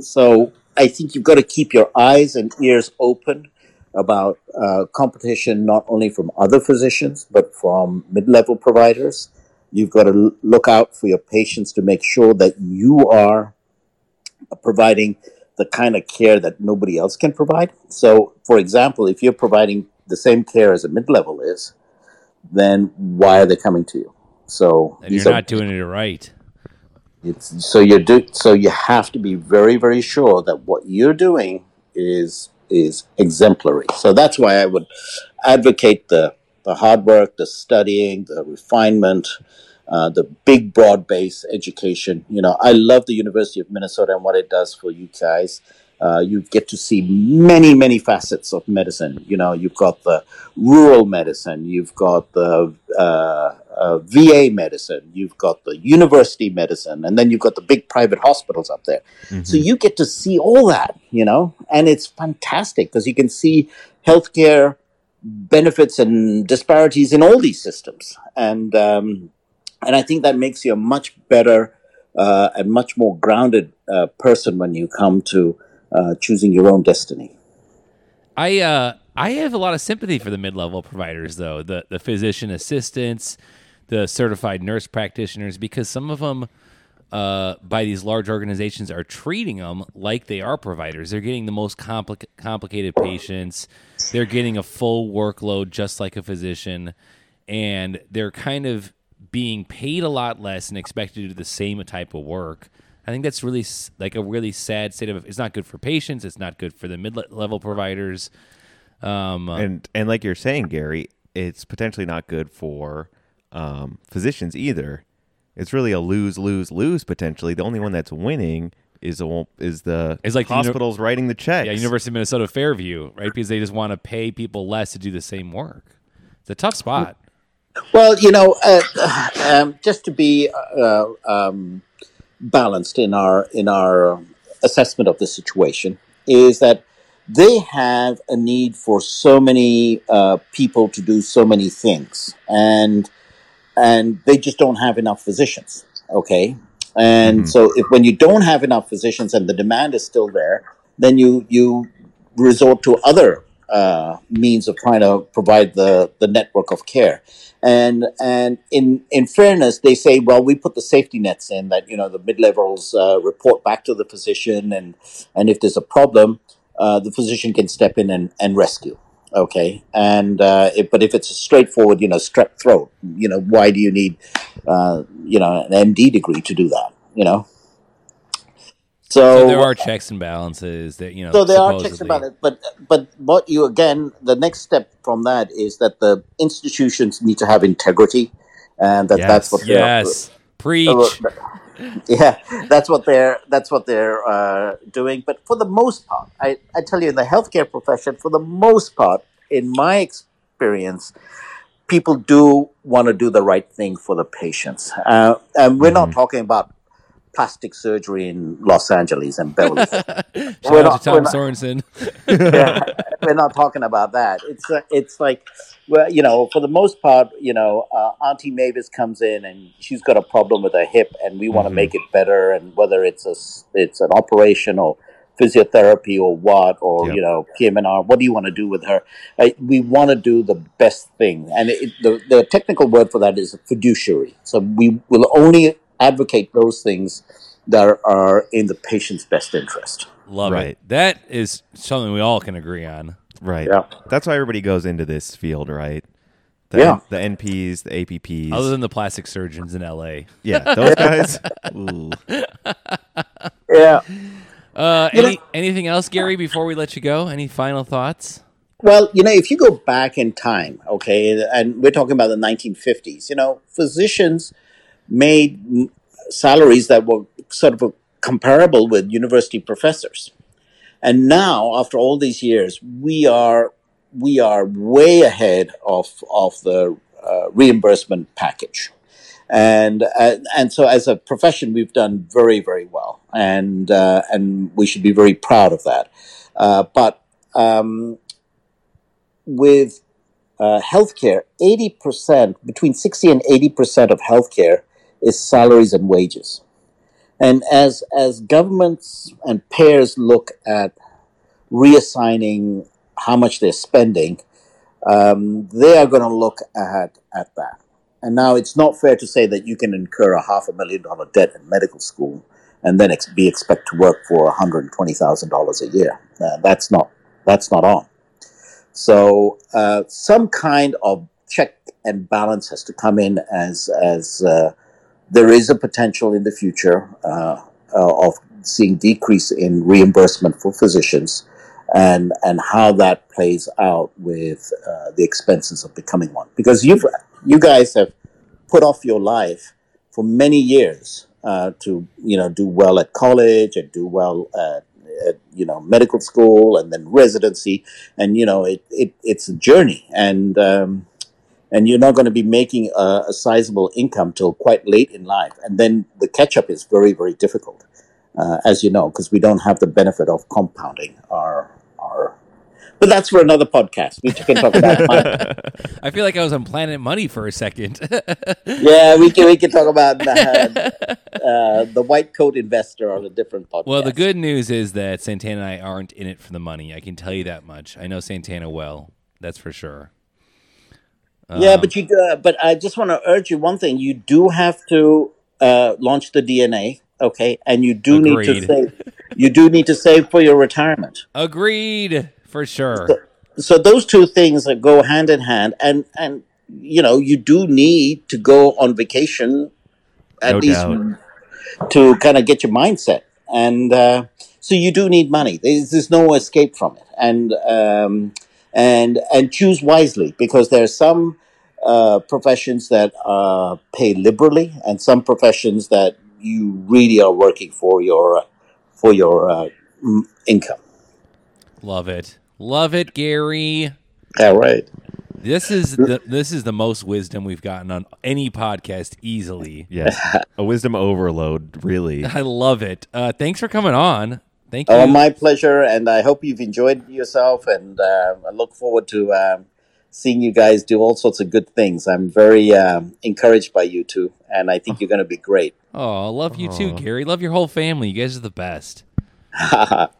A: so I think you've got to keep your eyes and ears open about uh, competition, not only from other physicians, but from mid level providers. You've got to l- look out for your patients to make sure that you are providing the kind of care that nobody else can provide. So, for example, if you're providing the same care as a mid level is, then why are they coming to you? So
D: And
A: these
D: you're
A: are-
D: not doing it right.
A: it's, so you do. So you have to be very, very sure that what you're doing is is exemplary. So that's why I would advocate the the hard work, the studying, the refinement, uh, the big broad based education. You know, I love the University of Minnesota and what it does for you guys. Uh, you get to see many, many facets of medicine. You know, you've got the rural medicine, you've got the uh, uh, VA medicine, you've got the university medicine, and then you've got the big private hospitals up there. So you get to see all that, you know, and it's fantastic because you can see healthcare benefits and disparities in all these systems, and um, and I think that makes you a much better uh, and much more grounded uh, person when you come to uh, choosing your own destiny.
D: I uh I have a lot of sympathy for the mid level providers though, the the physician assistants, the certified nurse practitioners, because some of them uh, by these large organizations are treating them like they are providers. They're getting the most compli- complicated patients. They're getting a full workload just like a physician, and they're kind of being paid a lot less and expected to do the same type of work. I think that's really s- like a really sad state of. It's not good for patients. It's not good for the mid level providers. Um,
C: Mm-hmm. and and like you're saying, Gary, it's potentially not good for um, physicians either. It's really a lose lose lose potentially. The only one that's winning is the one- is the
D: It's like the uni-
C: hospitals writing the checks.
D: yeah, University of Minnesota Fairview, right? Because they just want to pay people less to do the same work. It's a tough spot.
A: Well, you know, uh, um, just to be uh, um, balanced in our in our um, assessment of the situation is that they have a need for so many uh, people to do so many things, and and they just don't have enough physicians. Okay, and so if when you don't have enough physicians and the demand is still there, then you you resort to other uh, means of trying to provide the the network of care. And and in in fairness, they say, well, we put the safety nets in that you know the mid levels uh, report back to the physician, and and if there's a problem, uh, the physician can step in and, and rescue. Okay, and uh, if, but if it's a straightforward, you know, strep throat, you know, why do you need, uh, you know, an MD degree to do that? You know, so,
D: So there are checks and balances that you know.
A: so there are checks
D: supposedly-
A: about it, but but what you again, the next step from that is that the institutions need to have integrity, and that that's what they're
D: Yes, preach.
A: yeah, that's what they're that's what they're uh, doing. But for the most part, I, I tell you, in the healthcare profession, for the most part, in my experience, people do want to do the right thing for the patients, uh, and we're not talking about plastic surgery in Los Angeles and
D: *laughs*
A: Beverly. Hills. not-
D: Shout out to
A: we're
D: Tom
A: not-
D: Sorensen.
C: *laughs*
A: yeah, *laughs* we're not talking about that. It's uh, it's like, well, you know, for the most part, you know, uh, Auntie Mavis comes in and she's got a problem with her hip, and we
C: Mm-hmm.
A: want to make it better. And whether it's a s- it's an operation or physiotherapy or what, or
C: Yep.
A: you know, PM&R, what do you want to do with her? Uh, we want to do the best thing, and it, the the technical word for that is fiduciary. So we will only advocate those things that are in the patient's best interest.
D: Love
C: Right.
D: it. That is something we all can agree on.
C: Right.
A: Yeah.
C: That's why everybody goes into this field, right? The,
A: Yeah.
C: The NPs, the APPs.
D: Other than the plastic surgeons in L.A.
C: yeah, those guys.
A: *laughs*
C: Ooh.
A: Yeah.
D: Uh,
A: You know-
D: any, anything else, Gary? Before we let you go, any final thoughts?
A: Well, you know, if you go back in time, okay, and we're talking about the 1950s, you know, physicians made mm, salaries that were sort of comparable with university professors. And now, after all these years, we are we are way ahead of of the uh, reimbursement package, and uh, and so as a profession, we've done very very well, and uh, and we should be very proud of that. Uh, but um, with uh, healthcare, eighty percent between sixty and eighty percent of healthcare is salaries and wages. And as as governments and payers look at reassigning how much they're spending, um, they are going to look at at that. And now it's not fair to say that you can incur a half a million dollar debt in medical school and then ex- be expect to work for one hundred twenty thousand dollars a year. Uh, that's not that's not on. So uh, some kind of check and balance has to come in as as uh, there is a potential in the future uh, uh, of seeing decrease in reimbursement for physicians and and how that plays out with uh, the expenses of becoming one because you've you guys have put off your life for many years uh, to you know do well at college and do well at, at you know medical school and then residency and you know it, it it's a journey and um, and you're not going to be making a, a sizable income till quite late in life. And then the catch up is very, very difficult, uh, as you know, because we don't have the benefit of compounding our our. But that's for another podcast. We can talk
C: *laughs*
A: about money.
D: I feel like I was on Planet Money for a second.
A: *laughs* yeah, we can we can talk about
D: *laughs*
A: uh, uh, the white coat investor on a different podcast.
D: well, the good news is that Santana and I aren't in it for the money. I can tell you that much. I know Santana well. That's for sure.
A: yeah,
D: um,
A: but you uh, but I just want to urge you one thing: you do have to uh, launch the DNA, okay, and you do need
D: Agreed.
A: to save. You do need to save for your retirement.
D: Agreed, for sure.
A: so those two things that go hand in hand and and you know you do need to go on vacation at
C: No
A: least
C: doubt.
A: to kind of get your mindset and uh, so you do need money there's, there's no escape from it and um, and and choose wisely because there are some uh, professions that uh, pay liberally and some professions that you really are working for your uh, for your uh, m- income
D: Love it. Love it, Gary.
A: all right
D: This is the this is the most wisdom we've gotten on any podcast easily.
C: Yes, a wisdom overload, really.
D: *laughs* I love it. Uh, thanks for coming on. Thank you.
A: Oh, my pleasure, and I hope you've enjoyed yourself, and uh, I look forward to um, seeing you guys do all sorts of good things. I'm very um, encouraged by you two, and I think you're going to be great.
D: oh, love you too, Gary. Love your whole family. You guys are the best.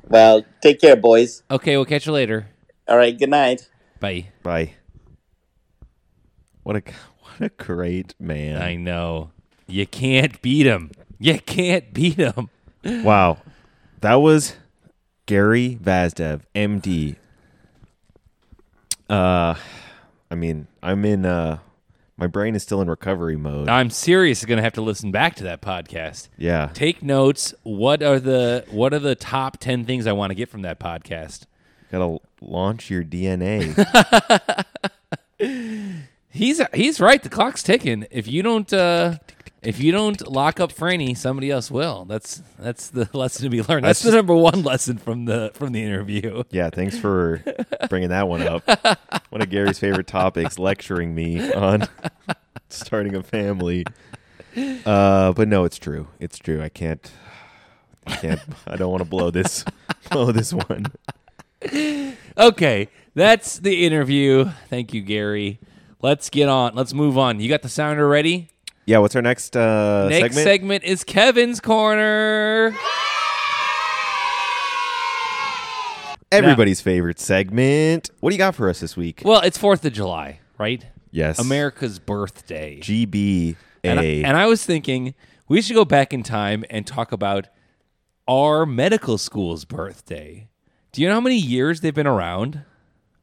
A: well, take care, boys.
D: Okay, we'll catch you later.
A: All right, good night.
D: Bye.
C: Bye. What a what a great man.
D: I know. You can't beat him. You can't beat him.
C: Wow. That was Gary Vazdev, MD. Uh I mean, I'm in uh my brain is still in recovery mode.
D: I'm serious going to have to listen back to that podcast.
C: yeah.
D: Take notes. What are the what are the top 10 things I want to get from that podcast?
C: Got to launch your DNA.
D: He's he's right. The clock's ticking. If you don't uh, if you don't lock up Franny, somebody else will. That's that's the *laughs* lesson to be learned. That's the number one lesson from the from the interview. *laughs*
C: yeah, thanks for bringing that one up. One of Gary's favorite topics, lecturing me on starting a family. Uh but no, it's true. It's true. I can't I can't I don't want to blow this *laughs* blow this one.
D: Okay, that's the interview. Thank you, Gary. Let's get on. Let's move on. You got the sounder ready?
C: Yeah, what's our next uh
D: Next segment? is Kevin's corner.
C: Everybody's favorite segment. What do you got for us this week?
D: Well, it's Fourth of July, right?
C: yes.
D: America's birthday.
C: GB.
D: And I, and I was thinking we should go back in time and talk about our medical school's birthday. Do you know how many years they've been around?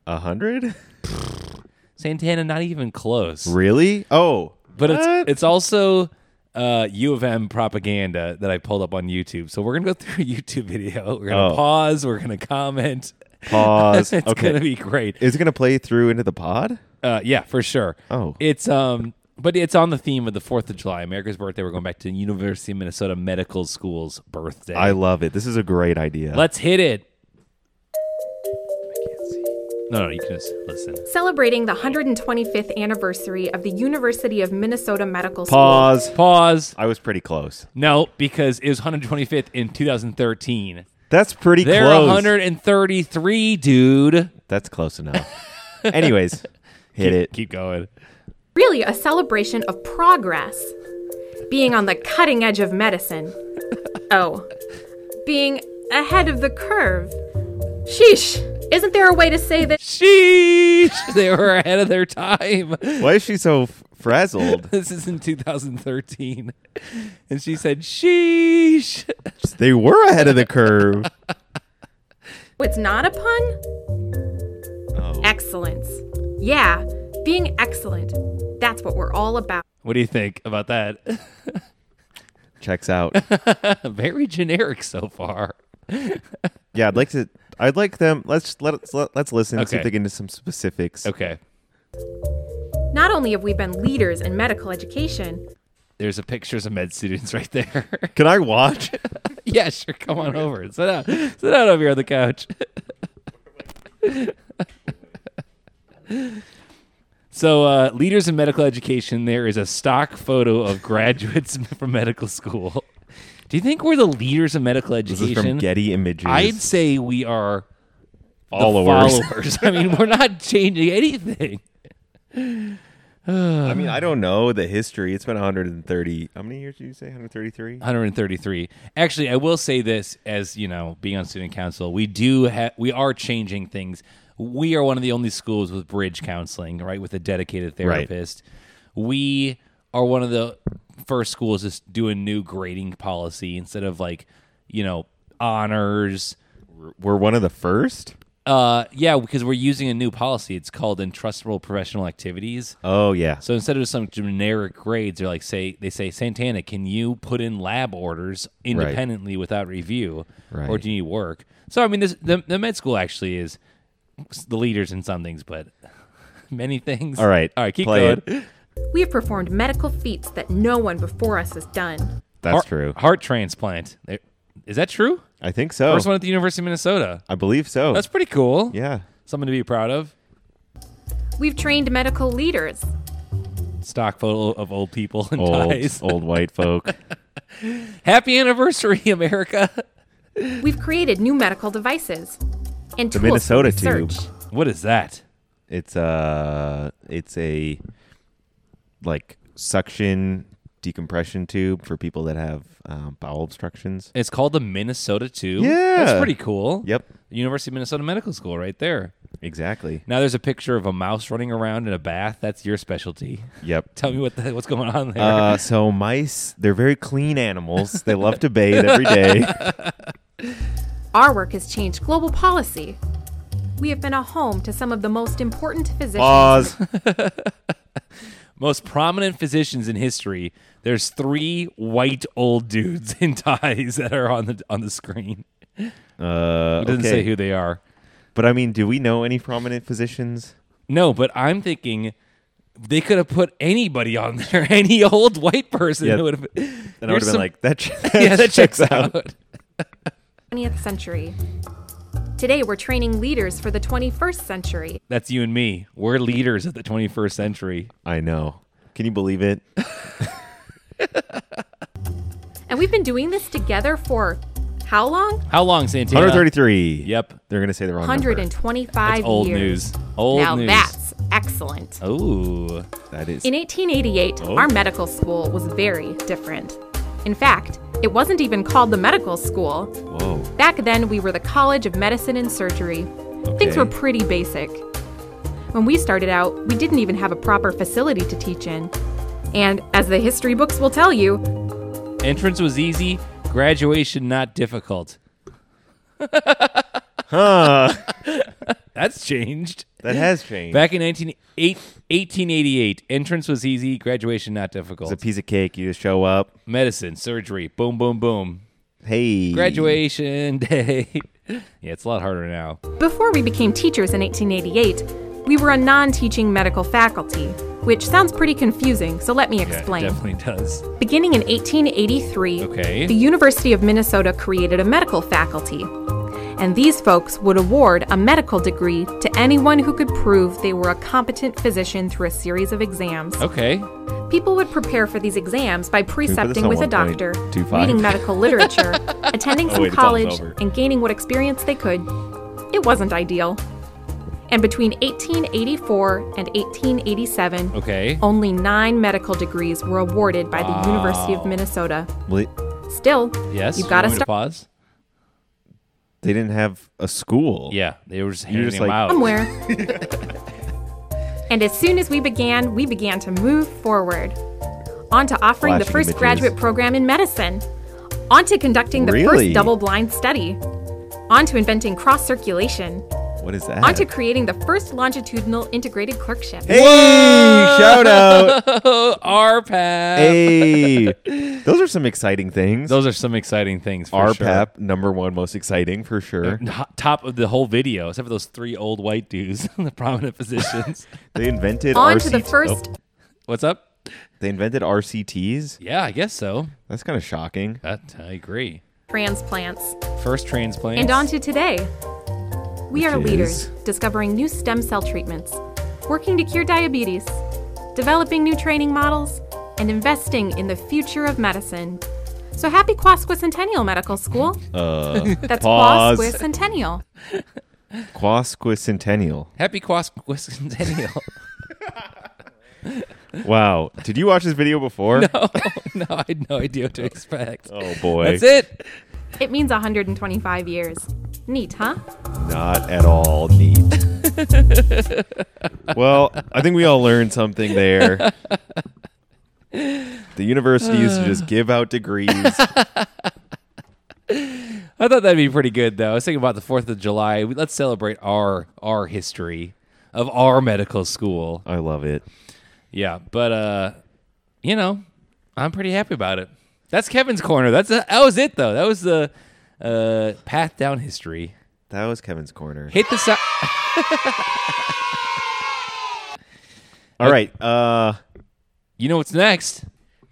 C: a hundred?
D: Santana, not even close.
C: Really? Oh,
D: But it's
C: what?
D: it's also uh, U of M propaganda that I pulled up on YouTube. So we're gonna go *laughs* through a YouTube video. We're gonna
C: Oh.
D: pause. We're gonna comment.
C: pause.
D: *laughs* it's
C: okay,
D: gonna be great.
C: is it gonna play through into the pod?
D: Uh, yeah, for sure.
C: Oh.
D: it's um, But it's on the theme of the Fourth of July, America's birthday. We're going back to University of Minnesota Medical School's birthday.
C: I love it. This is a great idea.
D: Let's hit it. No, no, you can just listen.
G: Celebrating the 125th anniversary of the University of Minnesota Medical School.
C: Pause.
D: Pause.
C: I was pretty close.
D: No, because it was 125th in 2013.
C: That's pretty
D: They're
C: close.
D: 133, dude.
C: That's close enough.
D: *laughs*
C: Anyways, hit it.
D: Keep going.
G: Really, a celebration of progress. Being on the cutting edge of medicine. Oh, being ahead of the curve. Sheesh. Isn't there a way to say that?
D: Sheesh. *laughs* They were ahead of their time. *laughs*
C: Why is she so f- frazzled?
D: This is in 2013. And she said, sheesh.
C: they were ahead of the curve.
G: Oh, It's not a pun? Excellence. Yeah, being excellent. That's what we're all about.
D: What do you think about that?
C: Checks out.
D: *laughs* Very generic so far.
C: Yeah, I'd like to. I'd like them. Let's let us let, let's listen. See
D: Okay.
C: if they get into some specifics.
D: Okay.
G: Not only have we been leaders in medical education,
D: There's a pictures of med students right there. *laughs*
C: Can I watch?
D: yeah, sure. Come on over. Sit down. Sit down over here on the couch. *laughs* so, uh, leaders in medical education, there is a stock photo of graduates *laughs* from medical school. Do you think we're the leaders of medical
C: this
D: education?
C: is from Getty Images.
D: I'd say we are the
C: Followers.
D: followers. *laughs* I mean, we're not changing anything.
C: I mean, I don't know the history. It's been 130. How many years did you say? 133.
D: Uh, 133. Actually, I will say this as, you know, being on student council, we do have we are changing things. We are one of the only schools with bridge counseling, right, with a dedicated
C: Right.
D: therapist. We are one of the first schools that's doing new grading policy instead of like, you know, honors.
C: We're one of the first.
D: Uh yeah, because we're using a new policy. It's called entrustable professional activities.
C: Oh yeah.
D: So instead of some generic grades, they're like say they say Santana, can you put in lab orders independently without review, or
C: Right.
D: do you need work? So I mean, this, the the med school actually is the leaders in some things, but *laughs* many things.
C: All right.
D: all right, keep
C: Play
D: going.
G: we have performed medical feats that no one before us has done.
C: That's
D: heart,
C: true.
D: Heart transplant. There- Is that true?
C: I think so.
D: First one at the University of Minnesota.
C: I believe so.
D: That's pretty cool.
C: Oh.
D: *laughs*
C: yeah.
D: something to be proud of.
G: We've trained medical leaders.
D: Stock photo of old people and
C: Old
D: ties.
C: old white folk.
D: Happy anniversary, *laughs* America.
G: We've created new medical devices. And
C: The
G: tools for
C: Minnesota tube.
G: research.
D: What is that?
C: It's uh it's a like suction decompression tube for people that have um, bowel obstructions.
D: It's called the Minnesota Tube.
C: Yeah.
D: That's pretty cool.
C: Yep.
D: University of Minnesota Medical School right there.
C: Exactly.
D: Now there's a picture of a mouse running around in a bath. That's your specialty. *laughs*
C: Yep.
D: Tell me what the, what's going on
C: *laughs*
D: there.
C: Uh, so mice, they're very clean animals. They love to bathe every day.
G: Our work has changed global policy. We have been a home to some of the most important physicians.
C: *laughs*
D: Uh,
C: Pause.
D: Most prominent physicians in history. There's three white old dudes *laughs* in ties that are on the on the screen.
C: Uh,
D: It doesn't
C: okay.
D: say who they are.
C: But I mean, do we know any prominent physicians?
D: No, but I'm thinking they could have put anybody on there, *laughs* any old white person.
C: Yeah.
D: that would have.
C: And I would have been like, *laughs* that, che-
D: *laughs* yeah, that checks out.
G: 20th century. Today, we're training leaders for the 21st century.
D: That's you and me. We're leaders of the 21st century.
C: I know. Can you believe it?
G: And we've been doing this together for how long?
D: How long, Santana?
C: 133.
D: Yep.
C: They're going to say the wrong number.
G: 125
D: That's old
G: years.
D: news. Old
G: now
D: news.
G: that's excellent.
D: Oh,
C: That is.
G: In 1888, our medical school was very different. In fact, it wasn't even called the medical school.
C: Whoa.
G: Back then, we were the College of Medicine and Surgery. Things
C: Okay.
G: were pretty basic. When we started out, we didn't even have a proper facility to teach in. And as the history books will tell you,
D: entrance was easy, graduation not
C: *laughs*
D: difficult. *laughs* That's changed.
C: That has changed.
D: Back in 19, eight- 1888, entrance was easy, graduation not difficult.
C: it's a piece of cake. You just show up.
D: Medicine, surgery, boom, boom, boom.
C: Hey.
D: Graduation *laughs* day. yeah, it's a lot harder now.
G: before we became teachers in 1888, we were a non teaching medical faculty. which sounds pretty confusing, so let me explain.
D: Yeah, it definitely does.
G: Beginning in 1883,
D: Okay.
G: the University of Minnesota created a medical faculty. And these folks would award a medical degree to anyone who could prove they were a competent physician through a series of exams.
D: Okay.
C: Oh.
G: People would prepare for these exams by precepting
C: on
G: with a
C: 1.25.
G: doctor, reading medical
C: *laughs*
G: literature, attending
C: Oh,
G: some
C: wait, it's almost
G: college,
C: over.
G: and gaining what experience they could. It wasn't ideal. And between 1884 and 1887,
D: Okay.
G: only nine medical degrees were awarded by the University of Minnesota.
C: Well,
G: Still,
D: Yes.
G: you gotta
D: want me to
G: start
D: pause.
C: they didn't have a school.
D: Yeah, they were just handing
C: just
D: them
C: like-
D: out.
G: somewhere.
C: *laughs*
G: *laughs* and as soon as we began, we began to move forward. On to offering the
C: Flashing
G: first
C: images.
G: graduate program in medicine. On to conducting the
C: Really?
G: first double blind study. On to inventing cross circulation.
C: What is that?
G: On to creating the first longitudinal integrated clerkship.
C: hey, shout
D: *laughs*
C: out.
G: *laughs*
D: Our RPAP.
C: Hey, those are some exciting things.
D: Those are some exciting things. For
C: RPAP,
D: sure.
C: number one, most exciting for sure.
D: N- Top of the whole video, except for those three old white dudes *laughs* in the prominent positions.
C: They invented
G: On
C: RCT-
G: to the first.
D: *laughs* What's up?
C: Oh, They invented RCTs.
D: Yeah, I guess so.
C: That's kind of shocking.
D: That, I agree.
G: Transplants.
D: First transplant.
G: And on to today. We are
C: Which
G: leaders,
C: is?
G: discovering new stem cell treatments, working to cure diabetes, developing new training models, and investing in the future of medicine. So happy Quasquicentennial Medical School. That's
C: Uh, pause.
G: Quasquicentennial.
C: Quasquicentennial.
D: Happy Quasquicentennial.
C: Wow. Did you watch this video before?
D: *laughs* oh, *laughs* no, I had no idea what to expect.
C: Oh boy.
D: That's it.
G: It means 125 years. Neat, huh?
C: Not at all
D: *laughs*
C: neat. well, I think we all learned something there. The university used to just give out degrees.
D: *laughs* I thought that'd be pretty good, though. I was thinking about the Fourth of July. We- Let's celebrate our our history of our medical school.
C: I love it.
D: Yeah, but uh, you know, I'm pretty happy about it. That's Kevin's corner. That's uh, that was it though. That was the uh, path down history.
C: That was Kevin's corner.
D: Hit the side.
C: All right. Uh
D: you know what's next?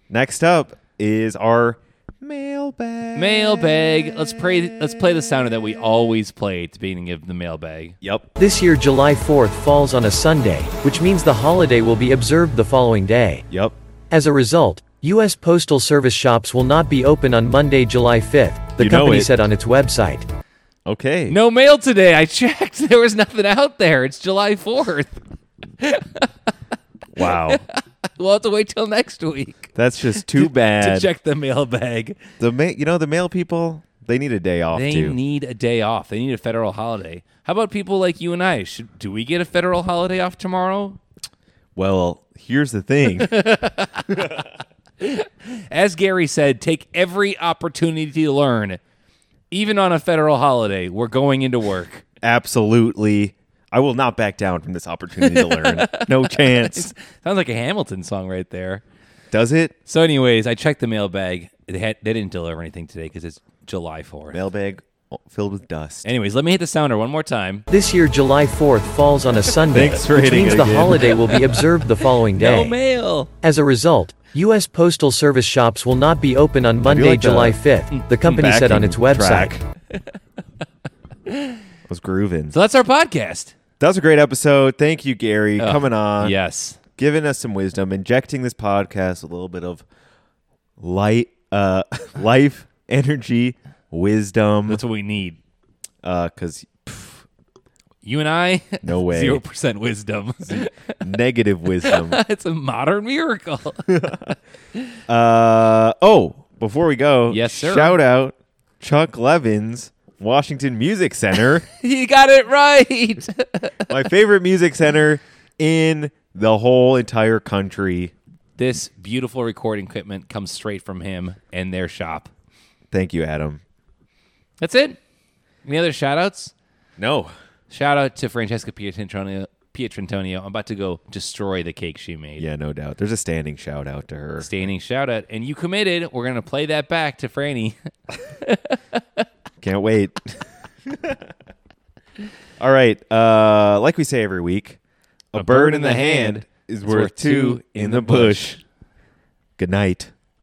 C: next up is our mailbag.
D: Mailbag. Let's pray. Let's play the sounder that we always play at the beginning of the mailbag.
C: Yep.
H: This year, July 4th falls on a Sunday, which means the holiday will be observed the following day.
C: Yep.
H: As a result, U.S. Postal Service shops will not be open on Monday, July 5th, the
C: You know
H: company
C: it.
H: said on its website.
C: Okay.
D: No mail today. I *laughs* checked. There was nothing out there. It's July fourth. *laughs*
C: Wow.
D: We'll have to wait till next week
C: That's just too bad.
D: to check the mailbag.
C: The ma- you know the mail people, they need a day off
D: They
C: too.
D: need a day off. They need a federal holiday. How about people like you and I? Should, do we get a federal holiday off tomorrow?
C: well, here's the thing.
D: As Gary said, take every opportunity to learn. Even on a federal holiday, we're going into work.
C: Absolutely. I will not back down from this opportunity to learn. No chance.
D: *laughs* Sounds like a Hamilton song right there.
C: Does it?
D: So, anyways, I checked the mailbag. They, had, they didn't deliver anything today because it's July 4th.
C: Mailbag filled with dust.
D: Anyways, let me hit the sounder one more time.
H: This year, July 4th
C: *laughs*
H: falls on a Sunday,
C: Thanks for
H: which
C: hitting
H: means
C: it
H: the
C: again.
H: holiday
C: *laughs*
H: will be observed the following day.
D: No mail.
H: As a result, U.S. Postal Service shops will not be open on Monday,
C: like the-
H: July 5th, the company said on
C: Backing
H: its website.
C: track. I was grooving.
D: So, that's our podcast.
C: That was a great episode. Thank you, Gary, coming on,
D: Yes.
C: giving us some wisdom, injecting this podcast with a little bit of light, uh, *laughs* life, energy, wisdom. uh,
D: That's what we need.
C: Because
D: You and I,
C: *laughs* No way.
D: 0% *laughs* wisdom.
C: negative wisdom.
D: it's a modern *laughs* miracle.
C: Uh, oh, before we go,
D: Yes, sir.
C: Shout out Chuck Levins, Washington Music *laughs* Center,
D: you got it right. *laughs*
C: my favorite music center in the whole entire country.
D: this beautiful recording equipment comes straight from him and their shop.
C: Thank you, Adam.
D: That's it. Any other shout outs?
C: No,
D: Shout out to Francesca Pietrantonio. Pietrantonio. I'm about to go destroy the cake she made.
C: yeah, no doubt. There's a standing shout out to her.
D: Standing shout out. And you committed. We're going to play that back to Franny. *laughs*
C: Can't *laughs* wait. All right. Uh, like we say every week, a, bird, in the hand is worth two in the bush. Good night.